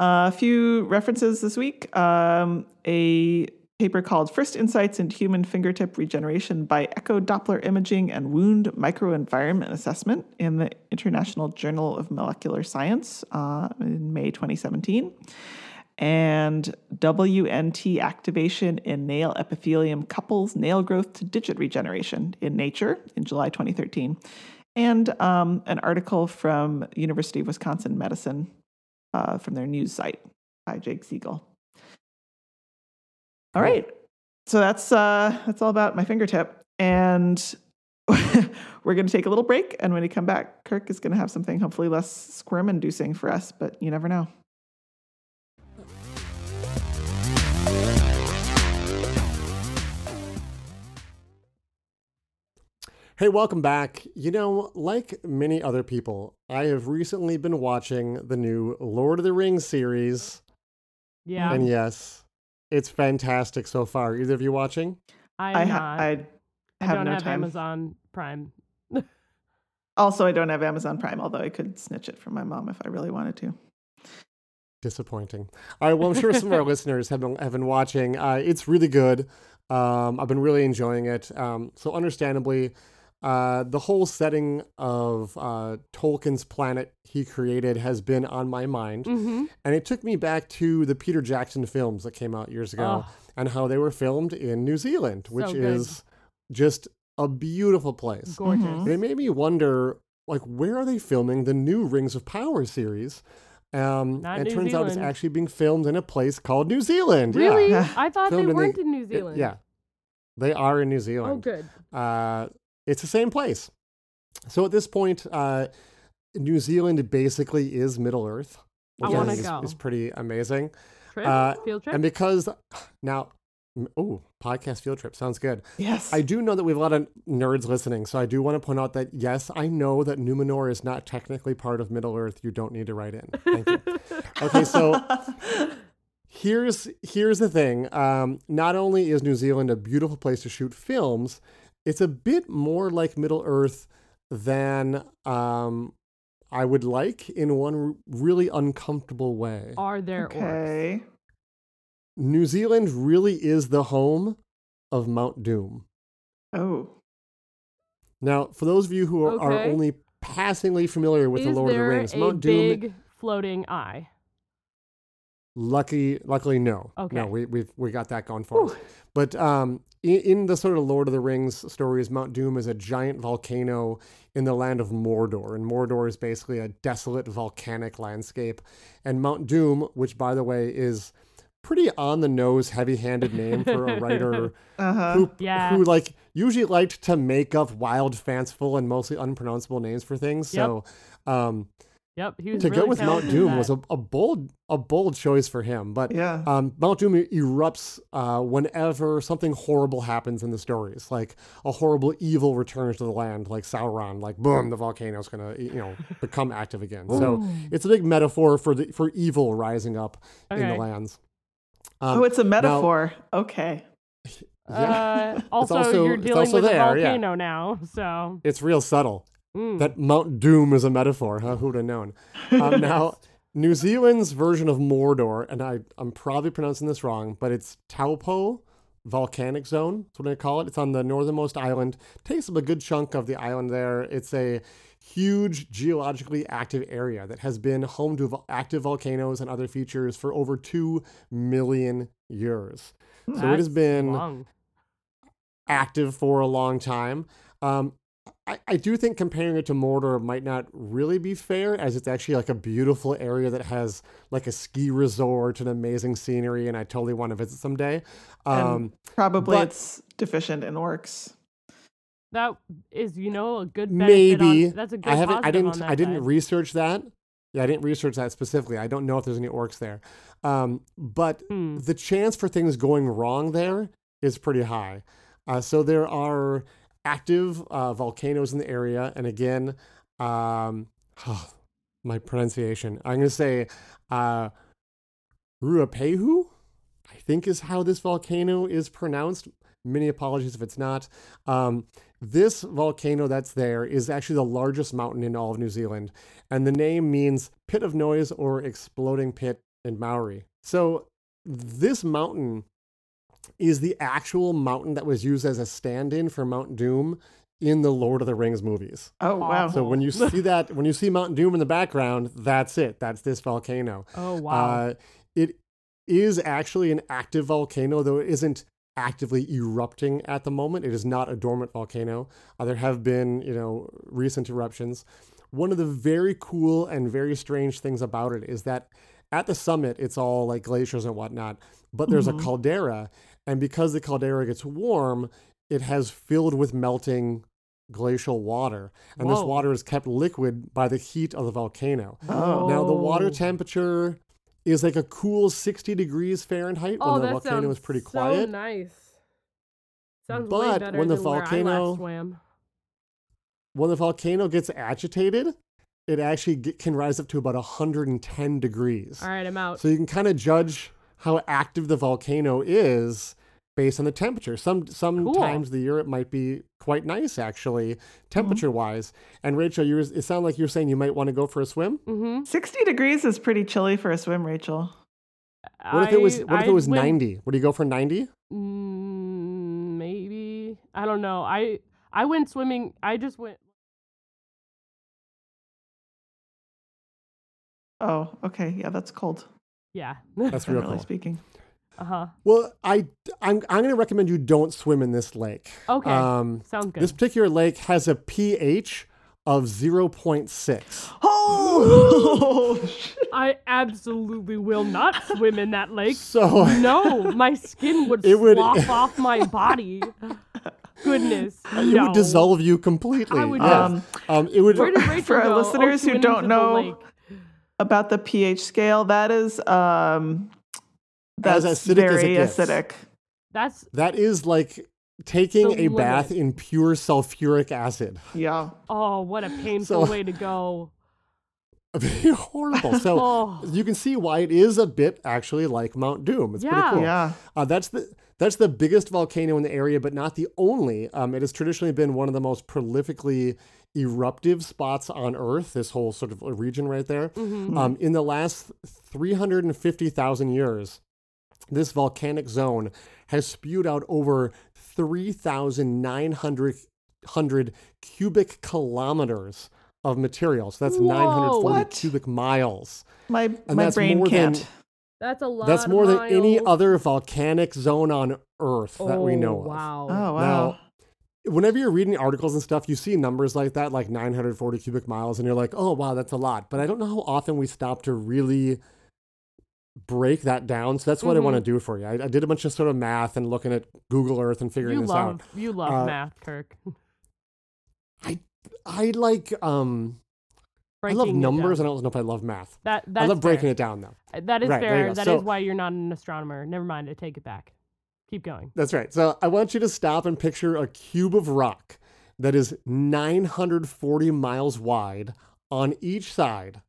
[SPEAKER 2] Uh, A few references this week. Um, a paper called First Insights into Human Fingertip Regeneration by Echo Doppler Imaging and Wound Microenvironment Assessment in the International Journal of Molecular Science uh, in May 2017. And WNT activation in nail epithelium couples nail growth to digit regeneration in Nature in July 2013. And um, an article from University of Wisconsin Medicine uh, from their news site by Jake Siegel. All right, so that's uh, that's all about my fingertip, and <laughs> we're going to take a little break. And when we come back, Kirk is going to have something hopefully less squirm-inducing for us, but you never know.
[SPEAKER 4] Hey, welcome back. You know, like many other people, I have recently been watching the new Lord of the Rings series.
[SPEAKER 3] Yeah,
[SPEAKER 4] And yes, it's fantastic so far. Either of you watching?
[SPEAKER 3] I'm
[SPEAKER 2] I,
[SPEAKER 3] not.
[SPEAKER 2] ha- I have
[SPEAKER 3] I don't
[SPEAKER 2] no
[SPEAKER 3] have
[SPEAKER 2] time.
[SPEAKER 3] Amazon Prime.
[SPEAKER 2] Also, I don't have Amazon Prime, although I could snitch it from my mom if I really wanted to.
[SPEAKER 4] Disappointing. All right. Well, I'm sure
[SPEAKER 3] <laughs>
[SPEAKER 4] some of our listeners have been have been watching. Uh, it's really good. Um, I've been really enjoying it. Um, so understandably, uh, the whole setting of uh, Tolkien's planet he created has been on my mind,
[SPEAKER 3] Mm-hmm.
[SPEAKER 4] and it took me back to the Peter Jackson films that came out years ago,
[SPEAKER 3] Oh.
[SPEAKER 4] and how they were filmed in New Zealand, which
[SPEAKER 3] good.
[SPEAKER 4] is just a beautiful place.
[SPEAKER 3] Gorgeous.
[SPEAKER 2] Mhm.
[SPEAKER 4] And it made me wonder, like, where are they filming the new Rings of Power series? Um,
[SPEAKER 3] Not
[SPEAKER 4] and it
[SPEAKER 3] New
[SPEAKER 4] turns out it's
[SPEAKER 3] Zealand.
[SPEAKER 4] actually being filmed in a place called New Zealand.
[SPEAKER 3] Really?
[SPEAKER 4] Yeah.
[SPEAKER 3] I thought
[SPEAKER 4] Filmed
[SPEAKER 3] they
[SPEAKER 4] in the-
[SPEAKER 3] weren't in New
[SPEAKER 4] It-
[SPEAKER 3] Zealand.
[SPEAKER 4] yeah. They are in New
[SPEAKER 3] Oh,
[SPEAKER 4] Zealand.
[SPEAKER 3] good.
[SPEAKER 4] Uh, it's the same place. So at this point, uh, New Zealand basically is Middle Earth,
[SPEAKER 3] I
[SPEAKER 4] which I
[SPEAKER 3] wanna
[SPEAKER 4] think is,
[SPEAKER 3] go.
[SPEAKER 4] is pretty amazing.
[SPEAKER 3] Trip?
[SPEAKER 4] Uh,
[SPEAKER 3] Field trip?
[SPEAKER 4] And because now, oh, podcast field trip sounds good.
[SPEAKER 2] Yes, <laughs>
[SPEAKER 4] I do know that we have a lot of nerds listening, so I do want to point out that yes, I know that Numenor is not technically part of Middle Earth. You don't need to write in. Thank you. okay, so here's here's the thing. Um, not only is New Zealand a beautiful place to shoot films, it's a bit more like Middle Earth than um, I would like in one r- really uncomfortable way.
[SPEAKER 3] Are there orcs?
[SPEAKER 2] okay.
[SPEAKER 4] New Zealand really is the home of Mount Doom.
[SPEAKER 2] Oh,
[SPEAKER 4] Now, for those of you who are, are
[SPEAKER 3] Okay.
[SPEAKER 4] only passingly familiar with
[SPEAKER 3] Is
[SPEAKER 4] the Lord of the
[SPEAKER 3] there
[SPEAKER 4] Rings,
[SPEAKER 3] a
[SPEAKER 4] Mount Doom,
[SPEAKER 3] big floating eye?
[SPEAKER 4] lucky, luckily, no,
[SPEAKER 3] Okay.
[SPEAKER 4] no, we we we got that going for us. But um, in, in the sort of Lord of the Rings stories, Mount Doom is a giant volcano in the land of Mordor, and Mordor is basically a desolate volcanic landscape. And Mount Doom, which by the way is pretty on the nose, heavy-handed name for
[SPEAKER 3] <laughs>
[SPEAKER 4] a writer.
[SPEAKER 2] uh-huh.
[SPEAKER 4] who,
[SPEAKER 3] Yeah.
[SPEAKER 4] who like usually liked to make up wild, fanciful, and mostly unpronounceable names for things. So, um,
[SPEAKER 3] Yep. He was
[SPEAKER 4] to
[SPEAKER 3] really
[SPEAKER 4] go with Mount
[SPEAKER 3] talented at
[SPEAKER 4] Doom was <laughs>
[SPEAKER 3] that.
[SPEAKER 4] a, a bold, a bold choice for him. But
[SPEAKER 2] yeah.
[SPEAKER 4] um, Mount Doom erupts uh, whenever something horrible happens in the stories, like a horrible evil returns to the land, like Sauron, like boom, the volcano's gonna you know become active again. So it's a big metaphor for the for evil rising up in the
[SPEAKER 3] Okay.
[SPEAKER 4] lands.
[SPEAKER 2] oh,
[SPEAKER 4] Um,
[SPEAKER 2] it's a metaphor. okay.
[SPEAKER 3] Uh, also,
[SPEAKER 4] also-
[SPEAKER 3] you're
[SPEAKER 4] it's
[SPEAKER 3] dealing
[SPEAKER 4] also
[SPEAKER 3] with a
[SPEAKER 4] there, yeah.
[SPEAKER 3] volcano now, so
[SPEAKER 4] it's real subtle.
[SPEAKER 3] mm.
[SPEAKER 4] that Mount Doom is a metaphor. Huh? Who'd have known? Um, now, New Zealand's version of Mordor, and I, I'm probably pronouncing this wrong, but it's Taupo Volcanic Zone. That's what I call it. It's on the northernmost island. Takes up a good chunk of the island there. It's a huge geologically active area that has been home to vol- active volcanoes and other features for over 2 million years. So it has
[SPEAKER 3] That's
[SPEAKER 4] been
[SPEAKER 3] long.
[SPEAKER 4] active for a long time. Um, I, I do think comparing it to Mordor might not really be fair, as it's actually like a beautiful area that has like a ski resort and amazing scenery, and I totally want to visit someday. Um,
[SPEAKER 2] Probably
[SPEAKER 4] But-
[SPEAKER 2] it's deficient in orcs.
[SPEAKER 3] That is, you know, a good benefit on-
[SPEAKER 4] maybe
[SPEAKER 3] that's a good
[SPEAKER 4] I haven't. I
[SPEAKER 3] positive on
[SPEAKER 4] didn't.
[SPEAKER 3] that
[SPEAKER 4] I didn't
[SPEAKER 3] side.
[SPEAKER 4] research that. Yeah, I didn't research that specifically. I don't know if there's any orcs there, um, but
[SPEAKER 3] Hmm.
[SPEAKER 4] the chance for things going wrong there is pretty high. Uh, so there are active uh, volcanoes in the area, and again, um, my pronunciation. I'm going to say uh, Ruapehu, I think is how this volcano is pronounced. Many apologies if it's not. Um, this volcano that's there is actually the largest mountain in all of New Zealand, and the name means pit of noise or exploding pit in Maori. So this mountain is the actual mountain that was used as a stand-in for Mount Doom in the Lord of the Rings movies.
[SPEAKER 2] Oh wow.
[SPEAKER 4] So when you see
[SPEAKER 3] <laughs>
[SPEAKER 4] that, when you see Mount Doom in the background, that's it. That's this volcano.
[SPEAKER 3] Oh wow.
[SPEAKER 4] Uh, it is actually an active volcano, though it isn't actively erupting at the moment. It is not a dormant volcano. Uh, there have been, you know, recent eruptions. One of the very cool and very strange things about it is that at the summit, it's all like glaciers and whatnot, but there's
[SPEAKER 3] Mm-hmm.
[SPEAKER 4] a caldera. And because the caldera gets warm, it has filled with melting glacial water. And this
[SPEAKER 3] Whoa.
[SPEAKER 4] water is kept liquid by the heat of the volcano.
[SPEAKER 2] Oh.
[SPEAKER 4] Now the
[SPEAKER 3] Oh.
[SPEAKER 4] water temperature is like a cool 60 degrees Fahrenheit
[SPEAKER 3] oh,
[SPEAKER 4] when the
[SPEAKER 3] that
[SPEAKER 4] volcano was
[SPEAKER 3] sounds
[SPEAKER 4] pretty
[SPEAKER 3] so
[SPEAKER 4] quiet.
[SPEAKER 3] nice. Sounds way
[SPEAKER 4] But
[SPEAKER 3] better
[SPEAKER 4] when the
[SPEAKER 3] than where I
[SPEAKER 4] volcano-
[SPEAKER 3] last swam.
[SPEAKER 4] When the volcano gets agitated, it actually ge- can rise up to about 110 degrees.
[SPEAKER 3] All right, I'm out.
[SPEAKER 4] So you can kind of judge how active the volcano is based on the temperature. Some some
[SPEAKER 3] Cool. Mm-hmm.
[SPEAKER 4] times of the year it might be quite nice actually, temperature wise. And Rachel, you were, it sounded like you were saying you might want to go for a swim.
[SPEAKER 3] mm-hmm.
[SPEAKER 2] 60 degrees is pretty chilly for a swim, Rachel.
[SPEAKER 4] What if it was
[SPEAKER 3] I-
[SPEAKER 4] what if
[SPEAKER 3] I
[SPEAKER 4] it was
[SPEAKER 3] went-
[SPEAKER 4] 90? Would you go for 90?
[SPEAKER 3] Mm, maybe I don't know. I I went swimming. I just went.
[SPEAKER 2] Oh, okay. Yeah, that's cold.
[SPEAKER 3] Yeah. <laughs>
[SPEAKER 4] That's real
[SPEAKER 2] Generally
[SPEAKER 4] cool. <gasps>
[SPEAKER 2] speaking.
[SPEAKER 3] uh huh.
[SPEAKER 4] Well, I I'm I'm going to recommend you don't swim in this lake.
[SPEAKER 3] Okay.
[SPEAKER 4] Um,
[SPEAKER 3] Sounds good.
[SPEAKER 4] this particular lake has a pH of 0.6.
[SPEAKER 2] Oh,
[SPEAKER 3] <laughs> I absolutely will not swim in that
[SPEAKER 4] <laughs>
[SPEAKER 3] lake.
[SPEAKER 4] So
[SPEAKER 3] No, my skin would
[SPEAKER 4] It would- <laughs>
[SPEAKER 3] flop off my body. Goodness.
[SPEAKER 4] it
[SPEAKER 3] no.
[SPEAKER 4] would dissolve you completely.
[SPEAKER 3] I would
[SPEAKER 4] yes.
[SPEAKER 3] not.
[SPEAKER 4] um, it would
[SPEAKER 3] Where did Rachel
[SPEAKER 2] For our
[SPEAKER 3] go? Oh,
[SPEAKER 2] listeners
[SPEAKER 3] she
[SPEAKER 2] who
[SPEAKER 3] went
[SPEAKER 2] don't
[SPEAKER 3] into the
[SPEAKER 2] know-
[SPEAKER 3] lake.
[SPEAKER 2] about the pH scale, that is um that's
[SPEAKER 4] As acidic as it
[SPEAKER 2] very
[SPEAKER 4] gets.
[SPEAKER 2] acidic.
[SPEAKER 3] That's
[SPEAKER 4] That is like taking
[SPEAKER 3] The
[SPEAKER 4] a bath
[SPEAKER 3] limit.
[SPEAKER 4] in pure sulfuric acid.
[SPEAKER 2] Yeah.
[SPEAKER 3] oh,
[SPEAKER 4] <laughs>
[SPEAKER 3] what a painful way to go.
[SPEAKER 4] Horrible. So
[SPEAKER 3] Oh.
[SPEAKER 4] you can see why it is a bit actually like Mount Doom. It's
[SPEAKER 3] Yeah.
[SPEAKER 4] pretty cool.
[SPEAKER 2] Yeah.
[SPEAKER 4] Uh, that's the that's the biggest volcano in the area, but not the only. Um, it has traditionally been one of the most prolifically eruptive spots on Earth. This whole sort of region right there.
[SPEAKER 3] Mm-hmm. Hmm.
[SPEAKER 4] Um, in the last three hundred and fifty thousand years, this volcanic zone has spewed out over 3,900 hundred cubic kilometers of material. So that's
[SPEAKER 3] Whoa.
[SPEAKER 4] 940
[SPEAKER 2] What?
[SPEAKER 4] cubic miles.
[SPEAKER 2] My my
[SPEAKER 4] that's
[SPEAKER 2] brain
[SPEAKER 4] more than-
[SPEAKER 2] can't.
[SPEAKER 3] That's a lot.
[SPEAKER 4] that's
[SPEAKER 3] of
[SPEAKER 4] more than any
[SPEAKER 3] miles.
[SPEAKER 4] other volcanic zone on Earth that we
[SPEAKER 3] Oh,
[SPEAKER 4] know of. Ah,
[SPEAKER 3] Wow.
[SPEAKER 2] oh wow.
[SPEAKER 4] Now, whenever you're reading articles and stuff, you see numbers like that, like 940 cubic miles, and you're like, oh, wow, that's a lot. But I don't know how often we stop to really break that down. So that's what I want to
[SPEAKER 3] Mm-hmm.
[SPEAKER 4] do for you. I, I did a bunch of sort of math and looking at Google Earth and figuring
[SPEAKER 3] You
[SPEAKER 4] this
[SPEAKER 3] love
[SPEAKER 4] out.
[SPEAKER 3] you love
[SPEAKER 4] Uh,
[SPEAKER 3] math, Kirk. <laughs>
[SPEAKER 4] I like, um, I
[SPEAKER 3] Breaking
[SPEAKER 4] love
[SPEAKER 3] it
[SPEAKER 4] numbers. I
[SPEAKER 3] down.
[SPEAKER 4] don't know if I love math.
[SPEAKER 3] That that's
[SPEAKER 4] I love breaking
[SPEAKER 3] fair.
[SPEAKER 4] it down, though.
[SPEAKER 3] Uh, That is
[SPEAKER 4] Right, there
[SPEAKER 3] fair.
[SPEAKER 4] you go.
[SPEAKER 3] That is
[SPEAKER 4] So-
[SPEAKER 3] why you're not an astronomer. Never mind. I take it back. Keep going.
[SPEAKER 4] That's right. So I want you to stop and picture a cube of rock that is 940 miles wide on each side.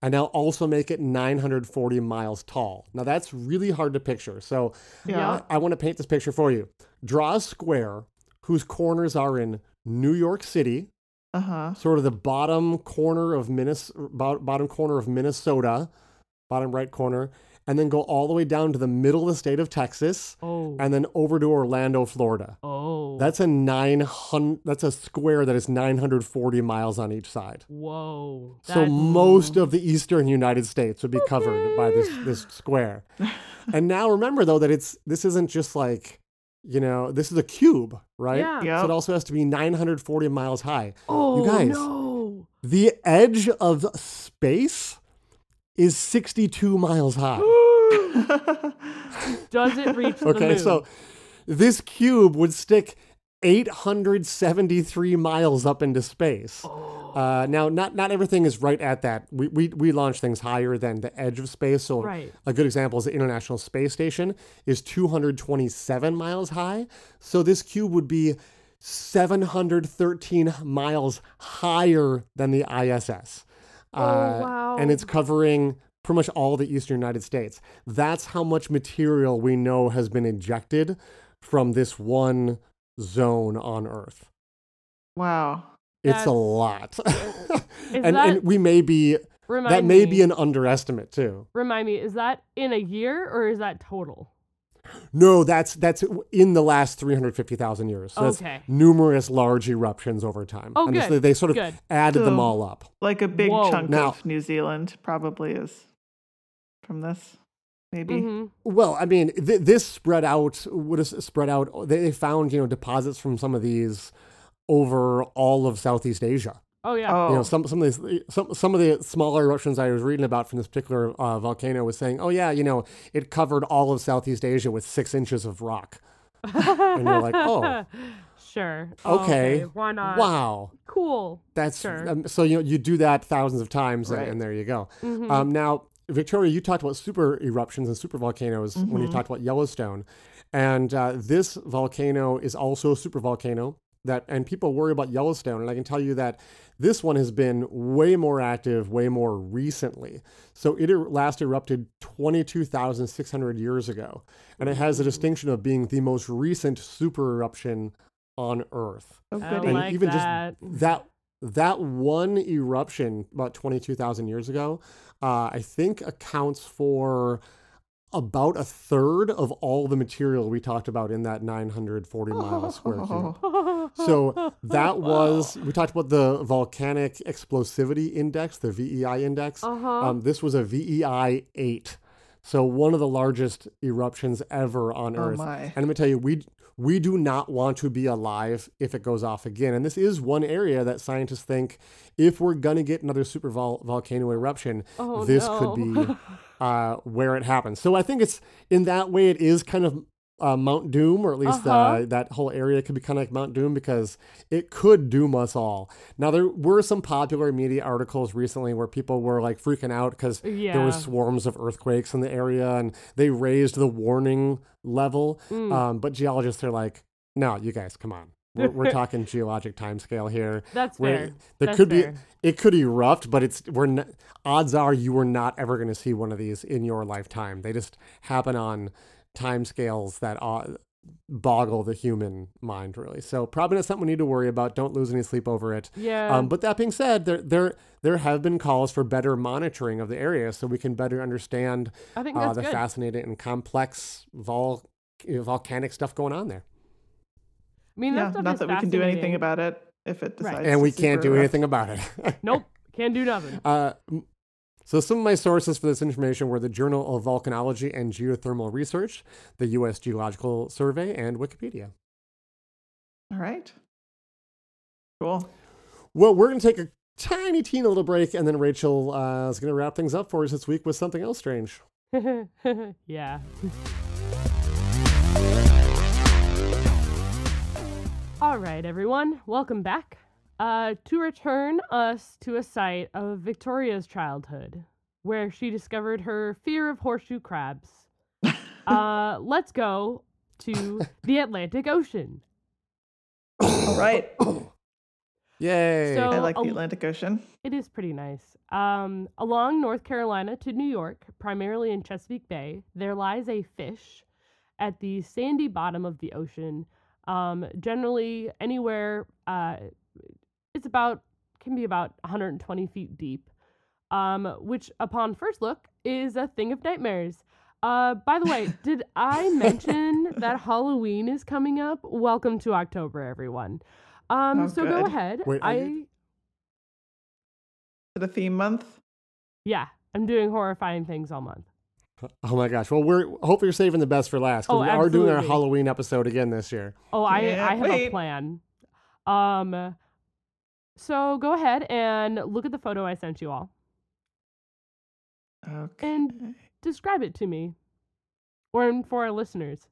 [SPEAKER 4] And now also make it 940 miles tall. Now that's really hard to picture. So
[SPEAKER 2] Yeah.
[SPEAKER 4] I want to paint this picture for you. Draw a square whose corners are in New York City,
[SPEAKER 2] Uh-huh.
[SPEAKER 4] sort of the bottom corner of Minnes- bo- bottom corner of Minnesota, bottom right corner, and then go all the way down to the middle of the state of Texas
[SPEAKER 3] Oh.
[SPEAKER 4] and then over to Orlando, Florida.
[SPEAKER 3] oh.
[SPEAKER 4] That's a 900 that's a square that is 940 miles on each side.
[SPEAKER 3] Whoa.
[SPEAKER 4] so
[SPEAKER 3] That's-
[SPEAKER 4] most of the eastern United States would be covered by this this square. and now remember though that it's this isn't just like, you know, this is a cube, right?
[SPEAKER 3] Yeah.
[SPEAKER 4] So
[SPEAKER 2] Yep.
[SPEAKER 4] it also has to be 940 miles high.
[SPEAKER 3] Oh
[SPEAKER 4] you guys,
[SPEAKER 3] no.
[SPEAKER 4] the edge of space is 62 miles high.
[SPEAKER 3] Does it reach the
[SPEAKER 4] Okay,
[SPEAKER 3] moon?
[SPEAKER 4] so this cube would stick 873 miles up into space.
[SPEAKER 3] Oh.
[SPEAKER 4] Uh, now, not not everything is right at that. We, we we launch things higher than the edge of space. So,
[SPEAKER 3] Right.
[SPEAKER 4] a good example is the International Space Station is 227 miles high. So this cube would be 713 miles higher than the ISS. Oh,
[SPEAKER 3] wow.
[SPEAKER 4] And it's covering pretty much all the eastern United States. That's how much material we know has been ejected from this one zone on Earth.
[SPEAKER 2] <laughs> Wow.
[SPEAKER 4] It's a
[SPEAKER 3] That's-
[SPEAKER 4] lot.
[SPEAKER 3] Oh.
[SPEAKER 4] <laughs> and,
[SPEAKER 3] that-
[SPEAKER 4] and we may be,
[SPEAKER 3] Remind
[SPEAKER 4] that may
[SPEAKER 3] me,
[SPEAKER 4] be an underestimate too.
[SPEAKER 3] remind me, is that in a year or is that total?
[SPEAKER 4] No, that's that's in the last 350,000 years. So that's
[SPEAKER 3] Okay.
[SPEAKER 4] numerous large eruptions over time.
[SPEAKER 3] Oh,
[SPEAKER 4] and it's-
[SPEAKER 3] good,
[SPEAKER 4] they sort of
[SPEAKER 3] good.
[SPEAKER 4] add them
[SPEAKER 2] So-
[SPEAKER 4] all up.
[SPEAKER 2] Like a big
[SPEAKER 3] Whoa.
[SPEAKER 2] chunk
[SPEAKER 4] Now-
[SPEAKER 2] of New Zealand probably is from this, maybe.
[SPEAKER 4] Mm-hmm.
[SPEAKER 3] hmm
[SPEAKER 4] Well, I mean, th- this spread out would have spread out. They they found you know deposits from some of these over all of Southeast Asia.
[SPEAKER 3] Oh yeah.
[SPEAKER 2] Oh,
[SPEAKER 4] You know, some some of these some some of the smaller eruptions I was reading about from this particular uh, volcano was saying, oh yeah, you know, it covered all of Southeast Asia with six inches of rock. and you're like, oh,
[SPEAKER 3] <laughs> Sure.
[SPEAKER 4] okay,
[SPEAKER 3] Why not?
[SPEAKER 4] wow,
[SPEAKER 3] Cool.
[SPEAKER 4] that's
[SPEAKER 3] Sure.
[SPEAKER 4] um, so you know, you do that thousands of times, and-
[SPEAKER 2] Right.
[SPEAKER 4] and, there you go.
[SPEAKER 3] Mhm.
[SPEAKER 4] Um, now, Victoria, you talked about super eruptions and super volcanoes when you
[SPEAKER 2] Mhm.
[SPEAKER 4] talked about Yellowstone, and uh, this volcano is also a super volcano. That and people worry about Yellowstone, and I can tell you that this one has been way more active, way more recently. So it er- last erupted twenty two thousand six hundred years ago, and it has the distinction of being the most recent super eruption on Earth
[SPEAKER 2] oh,
[SPEAKER 3] I
[SPEAKER 2] goody.
[SPEAKER 4] and
[SPEAKER 3] like
[SPEAKER 4] e-, even just
[SPEAKER 3] that. <laughs>
[SPEAKER 4] that that one eruption about 22,000 years ago, uh, I think accounts for about a third of all the material we talked about in
[SPEAKER 2] <laughs>
[SPEAKER 4] that 940 mile square
[SPEAKER 2] Oh,
[SPEAKER 4] cube. So that was we talked about the volcanic explosivity index, the VEI index.
[SPEAKER 3] Uh-huh.
[SPEAKER 4] Um, this was a VEI eight, so one of the largest eruptions ever on
[SPEAKER 2] Oh,
[SPEAKER 4] Earth.
[SPEAKER 2] my.
[SPEAKER 4] And I'm gonna tell you, we we do not want to be alive if it goes off again. And this is one area that scientists think if we're gonna get another super vol- volcano eruption,
[SPEAKER 3] Oh,
[SPEAKER 4] this
[SPEAKER 3] no.
[SPEAKER 4] could
[SPEAKER 3] <laughs>
[SPEAKER 4] be uh, where it happens. So I think it's in that way it is kind of uh, Mount Doom, or at least uh
[SPEAKER 3] Uh-huh.
[SPEAKER 4] that whole area could be kind of like Mount Doom because it could doom us all. Now there were some popular media articles recently where people were like freaking out because there
[SPEAKER 3] Yeah.
[SPEAKER 4] was swarms of earthquakes in the area, and they raised the warning level.
[SPEAKER 3] Mm.
[SPEAKER 4] Um, but geologists are like, no, you guys, come on. We're, we're talking geologic timescale here.
[SPEAKER 3] That's
[SPEAKER 4] Where
[SPEAKER 3] fair.
[SPEAKER 4] There
[SPEAKER 3] That's
[SPEAKER 4] could
[SPEAKER 3] fair.
[SPEAKER 4] be it could erupt, but it's we're n odds are you are not ever going to see one of these in your lifetime. They just happen on timescales that uh, boggle the human mind, really. So probably not something we need to worry about. Don't lose any sleep over it.
[SPEAKER 3] Yeah.
[SPEAKER 4] Um, but that being said, there there there have been calls for better monitoring of the area, so we can better understand
[SPEAKER 3] I think
[SPEAKER 4] uh,
[SPEAKER 3] that's
[SPEAKER 4] the
[SPEAKER 3] good.
[SPEAKER 4] fascinating and complex vol- volcanic stuff going on there.
[SPEAKER 3] I mean,
[SPEAKER 2] yeah,
[SPEAKER 3] that stuff
[SPEAKER 2] not
[SPEAKER 3] is
[SPEAKER 2] that we can do anything
[SPEAKER 3] fascinating.
[SPEAKER 2] about it if it
[SPEAKER 3] Right.
[SPEAKER 2] decides.
[SPEAKER 4] and
[SPEAKER 2] to
[SPEAKER 4] we can't
[SPEAKER 2] super
[SPEAKER 4] do
[SPEAKER 2] erupt.
[SPEAKER 4] anything about it.
[SPEAKER 3] Nope. Can't do nothing.
[SPEAKER 4] Uh, m- so some of my sources for this information were the Journal of Volcanology and Geothermal Research, the U.S. Geological Survey, and Wikipedia.
[SPEAKER 2] All right. Cool.
[SPEAKER 4] Well, we're going to take a tiny, teeny little break, and then Rachel uh, is going to wrap things up for us this week with something else strange.
[SPEAKER 3] <laughs> yeah. All right, everyone, welcome back. Uh, to return us to a site of Victoria's childhood, where she discovered her fear of horseshoe crabs. uh, let's go to the Atlantic Ocean.
[SPEAKER 2] All right.
[SPEAKER 4] Yay!
[SPEAKER 3] So-
[SPEAKER 2] I like
[SPEAKER 3] a-
[SPEAKER 4] <coughs>
[SPEAKER 2] the Atlantic Ocean.
[SPEAKER 3] It is pretty nice. Um, along North Carolina to New York, primarily in Chesapeake Bay, there lies a fish at the sandy bottom of the ocean. Um, generally, anywhere uh, it's about can be about 120 feet deep, um, which upon first look is a thing of nightmares. Uh, by the
[SPEAKER 2] <laughs>
[SPEAKER 3] way, did I mention that Halloween is coming up? Welcome to October, everyone. Um,
[SPEAKER 2] Oh,
[SPEAKER 3] so go
[SPEAKER 2] good.
[SPEAKER 3] ahead.
[SPEAKER 4] Wait, are
[SPEAKER 3] I.
[SPEAKER 4] you-
[SPEAKER 2] The theme month.
[SPEAKER 3] Yeah, I'm doing horrifying things all month.
[SPEAKER 4] oh my gosh! Well, we're hopefully you're saving the best for last. 'cause
[SPEAKER 3] Oh,
[SPEAKER 4] we are doing our
[SPEAKER 3] absolutely.
[SPEAKER 4] Halloween episode again this year.
[SPEAKER 3] Oh, I I
[SPEAKER 2] Can't
[SPEAKER 3] have a
[SPEAKER 2] wait.
[SPEAKER 3] plan. Um so go ahead and look at the photo I sent you all.
[SPEAKER 2] Okay.
[SPEAKER 3] And describe it to me. Or in- for our listeners.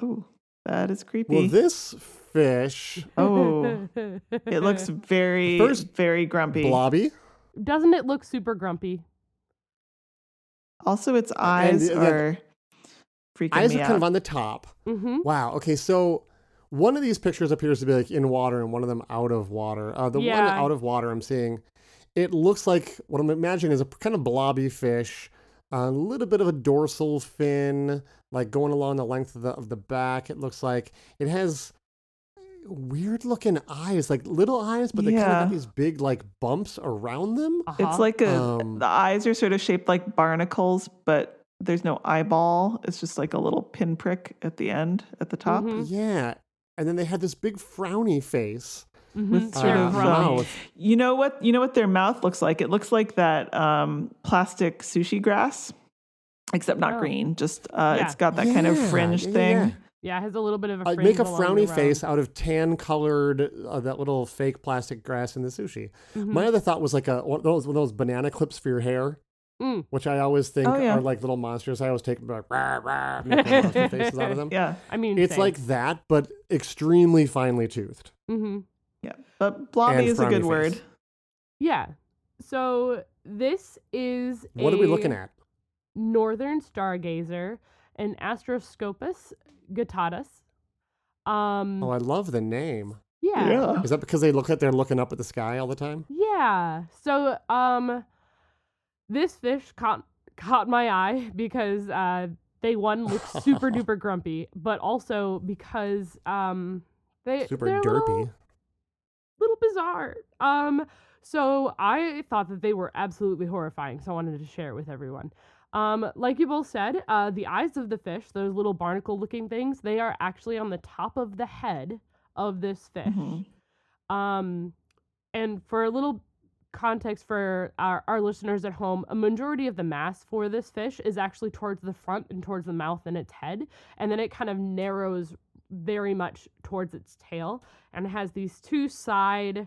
[SPEAKER 2] Oh, that is creepy.
[SPEAKER 4] Well, this fish,
[SPEAKER 3] <laughs>
[SPEAKER 2] oh, it looks very,
[SPEAKER 4] First
[SPEAKER 2] very grumpy.
[SPEAKER 4] blobby,
[SPEAKER 3] Doesn't it look super grumpy?
[SPEAKER 2] Also, its eyes
[SPEAKER 4] the- the-
[SPEAKER 2] are freaking
[SPEAKER 4] eyes are
[SPEAKER 2] me
[SPEAKER 4] kind
[SPEAKER 2] out.
[SPEAKER 4] of on the top.
[SPEAKER 3] Mhm.
[SPEAKER 4] Wow. Okay, so one of these pictures appears to be like in water and one of them out of water. Uh, the one
[SPEAKER 3] Yeah.
[SPEAKER 4] out of water I'm seeing, it looks like what I'm imagining is a kind of blobby fish, a little bit of a dorsal fin, like going along the length of the of the back. It looks like it has weird looking eyes, like little eyes, but they kind of
[SPEAKER 2] Yeah.
[SPEAKER 4] got these big like bumps around them.
[SPEAKER 3] Uh-huh.
[SPEAKER 2] It's like a
[SPEAKER 4] Um,
[SPEAKER 2] the eyes are sort of shaped like barnacles, but there's no eyeball. It's just like a little pinprick at the end, at the top.
[SPEAKER 3] Mhm.
[SPEAKER 4] Yeah, and then they had this big frowny face.
[SPEAKER 3] Mhm.
[SPEAKER 2] sort
[SPEAKER 3] They're
[SPEAKER 4] uh,
[SPEAKER 2] of,
[SPEAKER 3] growing.
[SPEAKER 2] um,
[SPEAKER 4] mouth.
[SPEAKER 2] You know what? You know what their mouth looks like. It looks like that um, plastic sushi grass, except not
[SPEAKER 3] Oh.
[SPEAKER 2] green. Just uh,
[SPEAKER 3] Yeah.
[SPEAKER 2] it's got that kind of
[SPEAKER 4] Yeah,
[SPEAKER 2] fringe
[SPEAKER 4] yeah, yeah,
[SPEAKER 2] thing.
[SPEAKER 4] yeah.
[SPEAKER 3] yeah, it has a little bit of a
[SPEAKER 4] Uh,
[SPEAKER 3] fringe
[SPEAKER 4] make a
[SPEAKER 3] along the
[SPEAKER 4] frowny
[SPEAKER 3] round.
[SPEAKER 4] face out of tan colored uh, that little fake plastic grass in the sushi.
[SPEAKER 3] Mhm.
[SPEAKER 4] My other thought was like a one of those one of those banana clips for your hair,
[SPEAKER 3] Mm.
[SPEAKER 4] which I always think
[SPEAKER 2] Oh, yeah.
[SPEAKER 4] are like little monsters. I always take them like rah, rah, make
[SPEAKER 3] <laughs>
[SPEAKER 4] little monster faces out of them.
[SPEAKER 2] Yeah,
[SPEAKER 3] I mean,
[SPEAKER 4] It's
[SPEAKER 3] same.
[SPEAKER 4] like that, but extremely finely toothed.
[SPEAKER 3] Mhm.
[SPEAKER 2] yeah. But blobby
[SPEAKER 4] And
[SPEAKER 2] is a
[SPEAKER 4] frowny
[SPEAKER 2] good
[SPEAKER 4] face.
[SPEAKER 2] word.
[SPEAKER 3] Yeah. So this is
[SPEAKER 4] What are we
[SPEAKER 3] a
[SPEAKER 4] looking at?
[SPEAKER 3] Northern stargazer, an Astroscopus guttatus. Um.
[SPEAKER 4] Oh, I love the name.
[SPEAKER 3] yeah.
[SPEAKER 4] Is that because they look like they're looking up at the sky all the time?
[SPEAKER 3] Yeah. So, um, this fish caught caught my eye because uh, they one look
[SPEAKER 4] <laughs>
[SPEAKER 3] super duper grumpy, but also because um, they
[SPEAKER 4] Super
[SPEAKER 3] they're a
[SPEAKER 4] derpy.
[SPEAKER 3] little, little bizarre. Um, so I thought that they were absolutely horrifying. So I wanted to share it with everyone. Um, like you both said, uh, the eyes of the fish, those little barnacle-looking things, they are actually on the top of the head of this fish.
[SPEAKER 2] Mhm.
[SPEAKER 3] Um, and for a little context for our, our listeners at home, a majority of the mass for this fish is actually towards the front and towards the mouth and its head. And then it kind of narrows very much towards its tail and has these two side,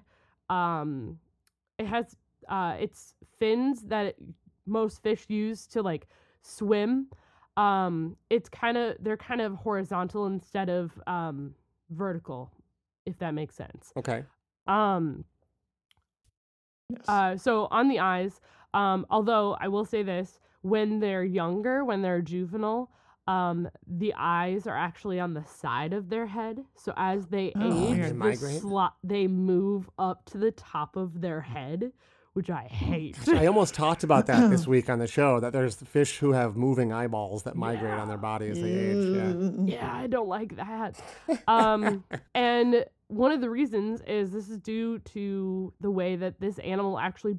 [SPEAKER 3] um, it has uh, its fins that it, most fish use to like swim. Um, it's kind of, they're kind of horizontal instead of um, vertical, if that makes sense.
[SPEAKER 4] Okay.
[SPEAKER 3] Um,
[SPEAKER 2] Yes.
[SPEAKER 3] uh, so on the eyes, um, although I will say this, when they're younger, when they're juvenile, um, the eyes are actually on the side of their head. So as they
[SPEAKER 2] Oh,
[SPEAKER 3] age,
[SPEAKER 2] they
[SPEAKER 3] the
[SPEAKER 4] migrate?
[SPEAKER 3] slo- they move up to the top of their head, which
[SPEAKER 2] <laughs>
[SPEAKER 3] I hate.
[SPEAKER 4] I almost talked about
[SPEAKER 3] <clears throat>
[SPEAKER 4] that this week on the show that there's fish who have moving eyeballs that migrate on their body as they age. Yeah.
[SPEAKER 2] Mm-hmm.
[SPEAKER 3] yeah, I don't like that. Um, and one of the reasons is this is due to the way that this animal actually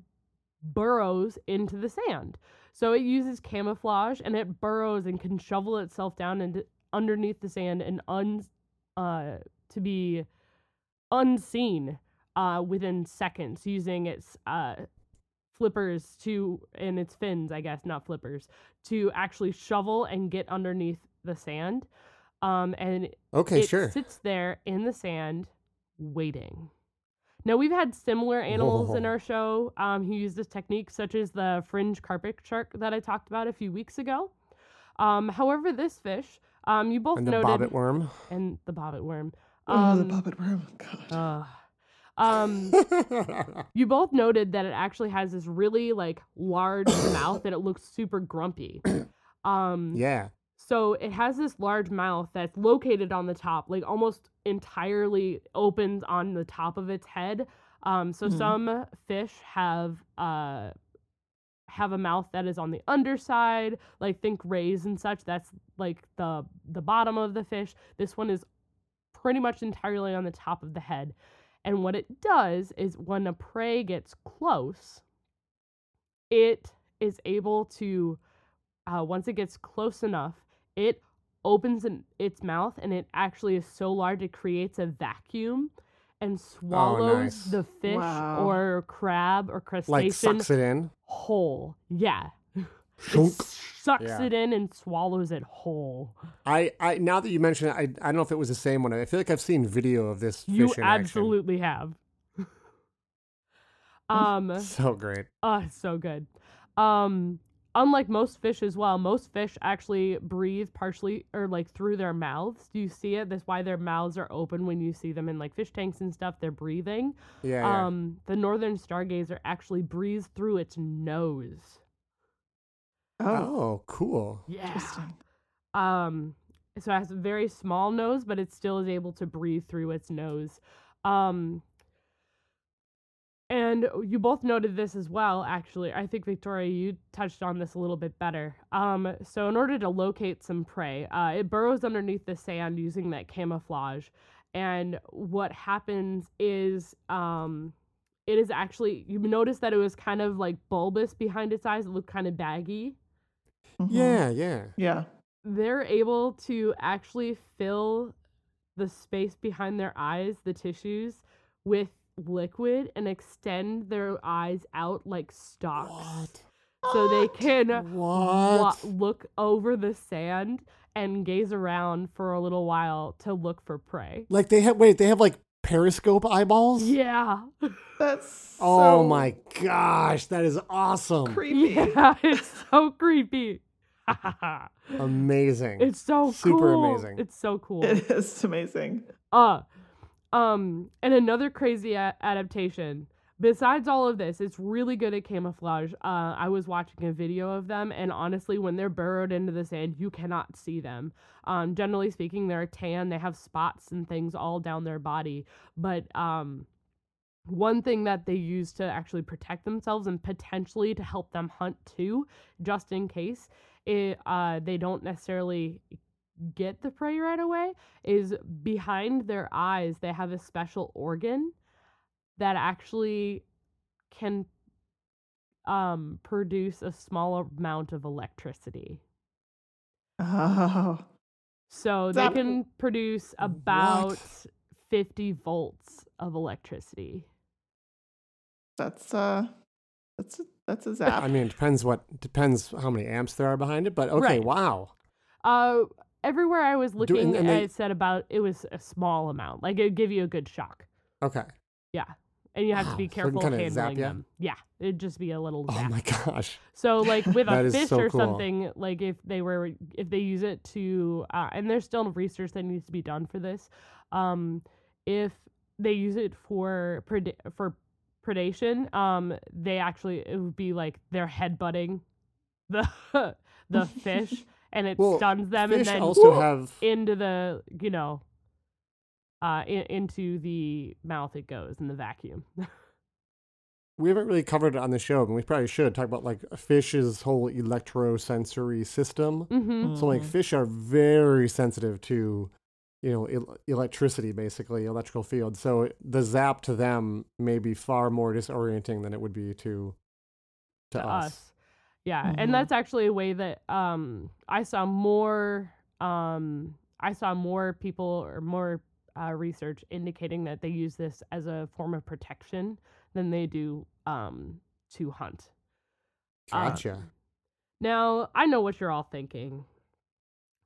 [SPEAKER 3] burrows into the sand. So it uses camouflage and it burrows and can shovel itself down into underneath the sand and un uh, to be unseen uh, within seconds using its uh, flippers to and its fins, I guess, not flippers, to actually shovel and get underneath the sand. Um, and
[SPEAKER 4] Okay,
[SPEAKER 3] it
[SPEAKER 4] sure.
[SPEAKER 3] sits there in the sand waiting. Now we've had similar animals in
[SPEAKER 4] Whoa.
[SPEAKER 3] our show um, who use this technique, such as the fringe carpet shark that I talked about a few weeks ago. Um, however, this fish, um, you both
[SPEAKER 4] And the
[SPEAKER 3] noted,
[SPEAKER 4] bobbit worm.
[SPEAKER 3] and the bobbit worm.
[SPEAKER 2] oh, the
[SPEAKER 3] um,
[SPEAKER 2] puppet worm. God.
[SPEAKER 3] ugh.
[SPEAKER 4] <laughs>
[SPEAKER 3] um, you both noted that it actually has this really like large mouth and it looks super grumpy. Um,
[SPEAKER 4] yeah.
[SPEAKER 3] so it has this large mouth that's located on the top, like almost entirely opens on the top of its head. Um, so
[SPEAKER 2] Mhm.
[SPEAKER 3] some fish have uh, have a mouth that is on the underside, like think rays and such. That's like the the bottom of the fish. This one is pretty much entirely on the top of the head. And what it does is when a prey gets close, it is able to uh, once it gets close enough, it opens an, its mouth and it actually is so large it creates a vacuum and swallows
[SPEAKER 4] Oh, nice.
[SPEAKER 3] the fish
[SPEAKER 2] Wow.
[SPEAKER 3] or crab or
[SPEAKER 4] Like
[SPEAKER 3] crustacean
[SPEAKER 4] sucks it in.
[SPEAKER 3] whole. Yeah.
[SPEAKER 4] Shunk.
[SPEAKER 3] It sucks
[SPEAKER 4] Yeah.
[SPEAKER 3] it in and swallows it whole.
[SPEAKER 4] I, I now that you mention it, I, I don't know if it was the same one. I feel like I've seen video of this
[SPEAKER 3] You
[SPEAKER 4] fish in
[SPEAKER 3] absolutely have. <laughs> um
[SPEAKER 4] action. So great.
[SPEAKER 3] Oh, it's so good. Um, unlike most fish as well, most fish actually breathe partially or like through their mouths. Do you see it? That's why their mouths are open when you see them in like fish tanks and stuff. They're breathing.
[SPEAKER 4] Yeah, yeah.
[SPEAKER 3] Um, the northern stargazer actually breathes through its nose.
[SPEAKER 2] oh,
[SPEAKER 4] oh, cool.
[SPEAKER 3] Yeah.
[SPEAKER 2] interesting.
[SPEAKER 3] Um, so it has a very small nose, but it still is able to breathe through its nose. Um, And you both noted this as well, actually. I think, Victoria, you touched on this a little bit better. Um, so, in order to locate some prey, uh, it burrows underneath the sand using that camouflage. And what happens is um, it is actually, you notice that it was kind of like bulbous behind its eyes. It looked kind of baggy.
[SPEAKER 2] Mhm.
[SPEAKER 4] Yeah, yeah.
[SPEAKER 2] Yeah.
[SPEAKER 3] They're able to actually fill the space behind their eyes, the tissues, with liquid and extend their eyes out like stalks.
[SPEAKER 4] What?
[SPEAKER 3] So they can wa-
[SPEAKER 4] What?
[SPEAKER 3] look over the sand and gaze around for a little while to look for prey.
[SPEAKER 4] Like they have wait, they have like periscope eyeballs?
[SPEAKER 3] Yeah.
[SPEAKER 2] That's
[SPEAKER 4] Oh
[SPEAKER 2] so
[SPEAKER 4] my gosh, that is awesome.
[SPEAKER 2] creepy.
[SPEAKER 3] <laughs> <laughs>
[SPEAKER 2] <laughs>
[SPEAKER 3] Yeah, it's so creepy. <laughs>
[SPEAKER 4] Amazing.
[SPEAKER 3] it's so
[SPEAKER 4] Super
[SPEAKER 3] cool.
[SPEAKER 4] amazing.
[SPEAKER 3] It's so cool.
[SPEAKER 2] It is amazing.
[SPEAKER 3] Uh, um, and another crazy a- adaptation. Besides all of this, it's really good at camouflage. Uh, I was watching a video of them, and honestly, when they're burrowed into the sand, you cannot see them. Um, generally speaking, they're tan. They have spots and things all down their body. But um, one thing that they use to actually protect themselves and potentially to help them hunt too, just in case, it, uh, they don't necessarily get the prey right away is behind their eyes they have a special organ that actually can um produce a small amount of electricity
[SPEAKER 2] Oh.
[SPEAKER 3] so
[SPEAKER 2] That-
[SPEAKER 3] they can produce about 50 volts of electricity
[SPEAKER 2] That's uh that's a, that's a
[SPEAKER 4] I
[SPEAKER 2] zap.
[SPEAKER 4] mean, it depends what depends how many amps there are behind it, but okay,
[SPEAKER 3] Right.
[SPEAKER 4] wow.
[SPEAKER 3] uh everywhere i was looking
[SPEAKER 4] and they-
[SPEAKER 3] it said about it was a small amount like it'd give you a good shock
[SPEAKER 4] Okay.
[SPEAKER 3] and you have to
[SPEAKER 4] Wow,
[SPEAKER 3] be
[SPEAKER 4] so it can
[SPEAKER 3] careful
[SPEAKER 4] kinda
[SPEAKER 3] handling
[SPEAKER 4] zap ya?
[SPEAKER 3] them yeah it'd just be a little
[SPEAKER 4] Oh
[SPEAKER 3] zap.
[SPEAKER 4] my <laughs> gosh.
[SPEAKER 3] So like with
[SPEAKER 4] That
[SPEAKER 3] a
[SPEAKER 4] is
[SPEAKER 3] fish
[SPEAKER 4] so
[SPEAKER 3] or
[SPEAKER 4] cool.
[SPEAKER 3] something, like if they were if they use it to uh, and there's still research that needs to be done for this. Um, if they use it for pred- for predation, um, they actually it would be like they're headbutting the <laughs> the
[SPEAKER 4] <laughs>
[SPEAKER 3] fish and it
[SPEAKER 4] Well,
[SPEAKER 3] stuns them
[SPEAKER 4] Fish
[SPEAKER 3] and then
[SPEAKER 4] also have
[SPEAKER 3] into the you know uh in- into the mouth it goes in the vacuum. <laughs>
[SPEAKER 4] we haven't really covered it on the show, but we probably should talk about like a fish's whole electrosensory system.
[SPEAKER 3] hmm
[SPEAKER 4] So like fish are very sensitive to, you know, el- electricity basically, electrical field. So it- the zap to them may be far more disorienting than it would be to to, us. Mm-hmm.
[SPEAKER 3] Yeah,
[SPEAKER 2] Mhm.
[SPEAKER 3] and that's actually a way that um I saw more um I saw more people or more uh, research indicating that they use this as a form of protection than they do um to hunt. Uh,
[SPEAKER 4] Gotcha.
[SPEAKER 3] Now I know what you're all thinking,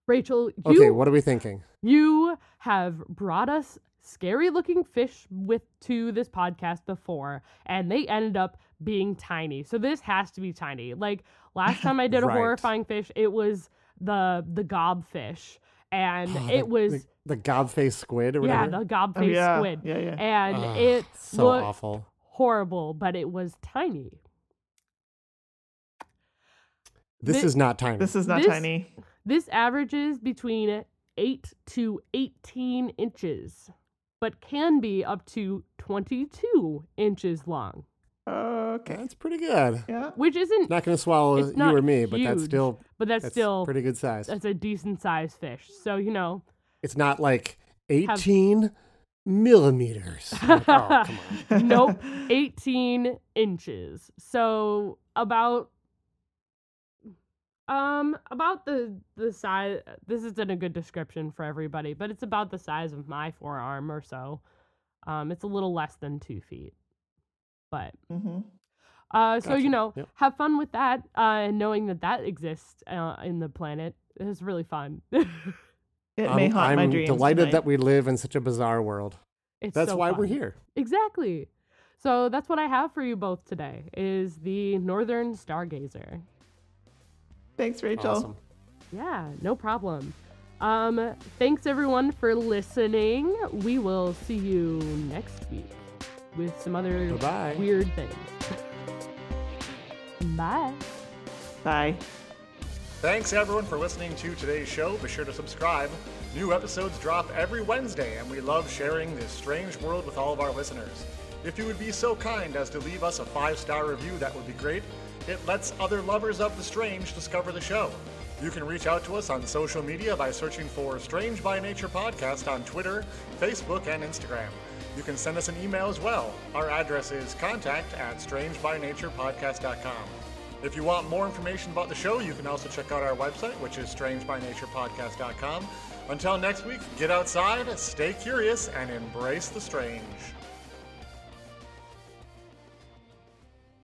[SPEAKER 3] Rachel. You
[SPEAKER 4] okay, what are we thinking?
[SPEAKER 3] you have brought us scary looking fish with to this podcast before, and they ended up being tiny. So this has to be tiny. Like last time
[SPEAKER 2] <laughs>
[SPEAKER 3] I did a
[SPEAKER 4] Right.
[SPEAKER 3] horrifying fish, it was the the gobfish. And
[SPEAKER 4] Ah, the-
[SPEAKER 3] it was
[SPEAKER 4] the, the gobface squid or
[SPEAKER 3] yeah,
[SPEAKER 4] whatever.
[SPEAKER 3] the
[SPEAKER 2] Oh,
[SPEAKER 3] gobfish
[SPEAKER 2] yeah.
[SPEAKER 3] squid.
[SPEAKER 2] Yeah, yeah.
[SPEAKER 3] And
[SPEAKER 4] Ugh,
[SPEAKER 3] it
[SPEAKER 4] so
[SPEAKER 3] looked
[SPEAKER 4] awful.
[SPEAKER 3] horrible, but it was tiny.
[SPEAKER 4] This
[SPEAKER 3] thi-
[SPEAKER 4] is not tiny.
[SPEAKER 2] This is not
[SPEAKER 3] This-
[SPEAKER 2] tiny.
[SPEAKER 3] This averages between 8 to 18 inches, but can be up to 22 inches long,
[SPEAKER 2] Okay.
[SPEAKER 4] that's pretty good.
[SPEAKER 2] Yeah.
[SPEAKER 3] which isn't,
[SPEAKER 4] Not going to swallow
[SPEAKER 3] It's
[SPEAKER 4] you
[SPEAKER 3] not
[SPEAKER 4] or me, but that's
[SPEAKER 3] huge,
[SPEAKER 4] still
[SPEAKER 3] but that's,
[SPEAKER 4] that's
[SPEAKER 3] still,
[SPEAKER 4] pretty good size.
[SPEAKER 3] that's a decent sized fish. So, you know,
[SPEAKER 4] It's not like 18 millimeters. Like, oh,
[SPEAKER 2] <laughs>
[SPEAKER 4] come on. <laughs>
[SPEAKER 3] nope, 18 inches. So about um about the the size this isn't a good description for everybody but it's about the size of my forearm or so um it's a little less than two feet but
[SPEAKER 2] hmm
[SPEAKER 3] Uh, so
[SPEAKER 4] Mm-hmm. Gotcha.
[SPEAKER 3] you know,
[SPEAKER 4] Yep.
[SPEAKER 3] have fun with that, uh, and knowing that that exists uh, in the planet is really fun. <laughs>
[SPEAKER 2] It
[SPEAKER 4] I'm,
[SPEAKER 2] may haunt my
[SPEAKER 4] I'm
[SPEAKER 2] dreams.
[SPEAKER 4] delighted that
[SPEAKER 2] tonight.
[SPEAKER 4] we live in such a bizarre world.
[SPEAKER 3] it's
[SPEAKER 4] That's
[SPEAKER 3] so
[SPEAKER 4] why we're
[SPEAKER 3] fun.
[SPEAKER 4] here.
[SPEAKER 3] Exactly. So that's what I have for you both today. Is the Northern Stargazer.
[SPEAKER 2] Thanks, Rachel.
[SPEAKER 4] Awesome.
[SPEAKER 3] Yeah, no problem. Um, thanks everyone for listening. We will see you next week with some other
[SPEAKER 4] Bye-bye.
[SPEAKER 3] weird things. <laughs> Bye.
[SPEAKER 2] Bye.
[SPEAKER 1] Thanks everyone for listening to today's show. Be sure to subscribe. New episodes drop every Wednesday, and we love sharing this strange world with all of our listeners. If you would be so kind as to leave us a five star review, that would be great. It lets other lovers of the strange discover the show. You can reach out to us on social media by searching for Strange by Nature Podcast on Twitter, Facebook, and Instagram. You can send us an email as well. Our address is contact at strangebynaturepodcast.com. If you want more information about the show, you can also check out our website, which is strangebynaturepodcast.com. Until next week, get outside, stay curious, and embrace the strange.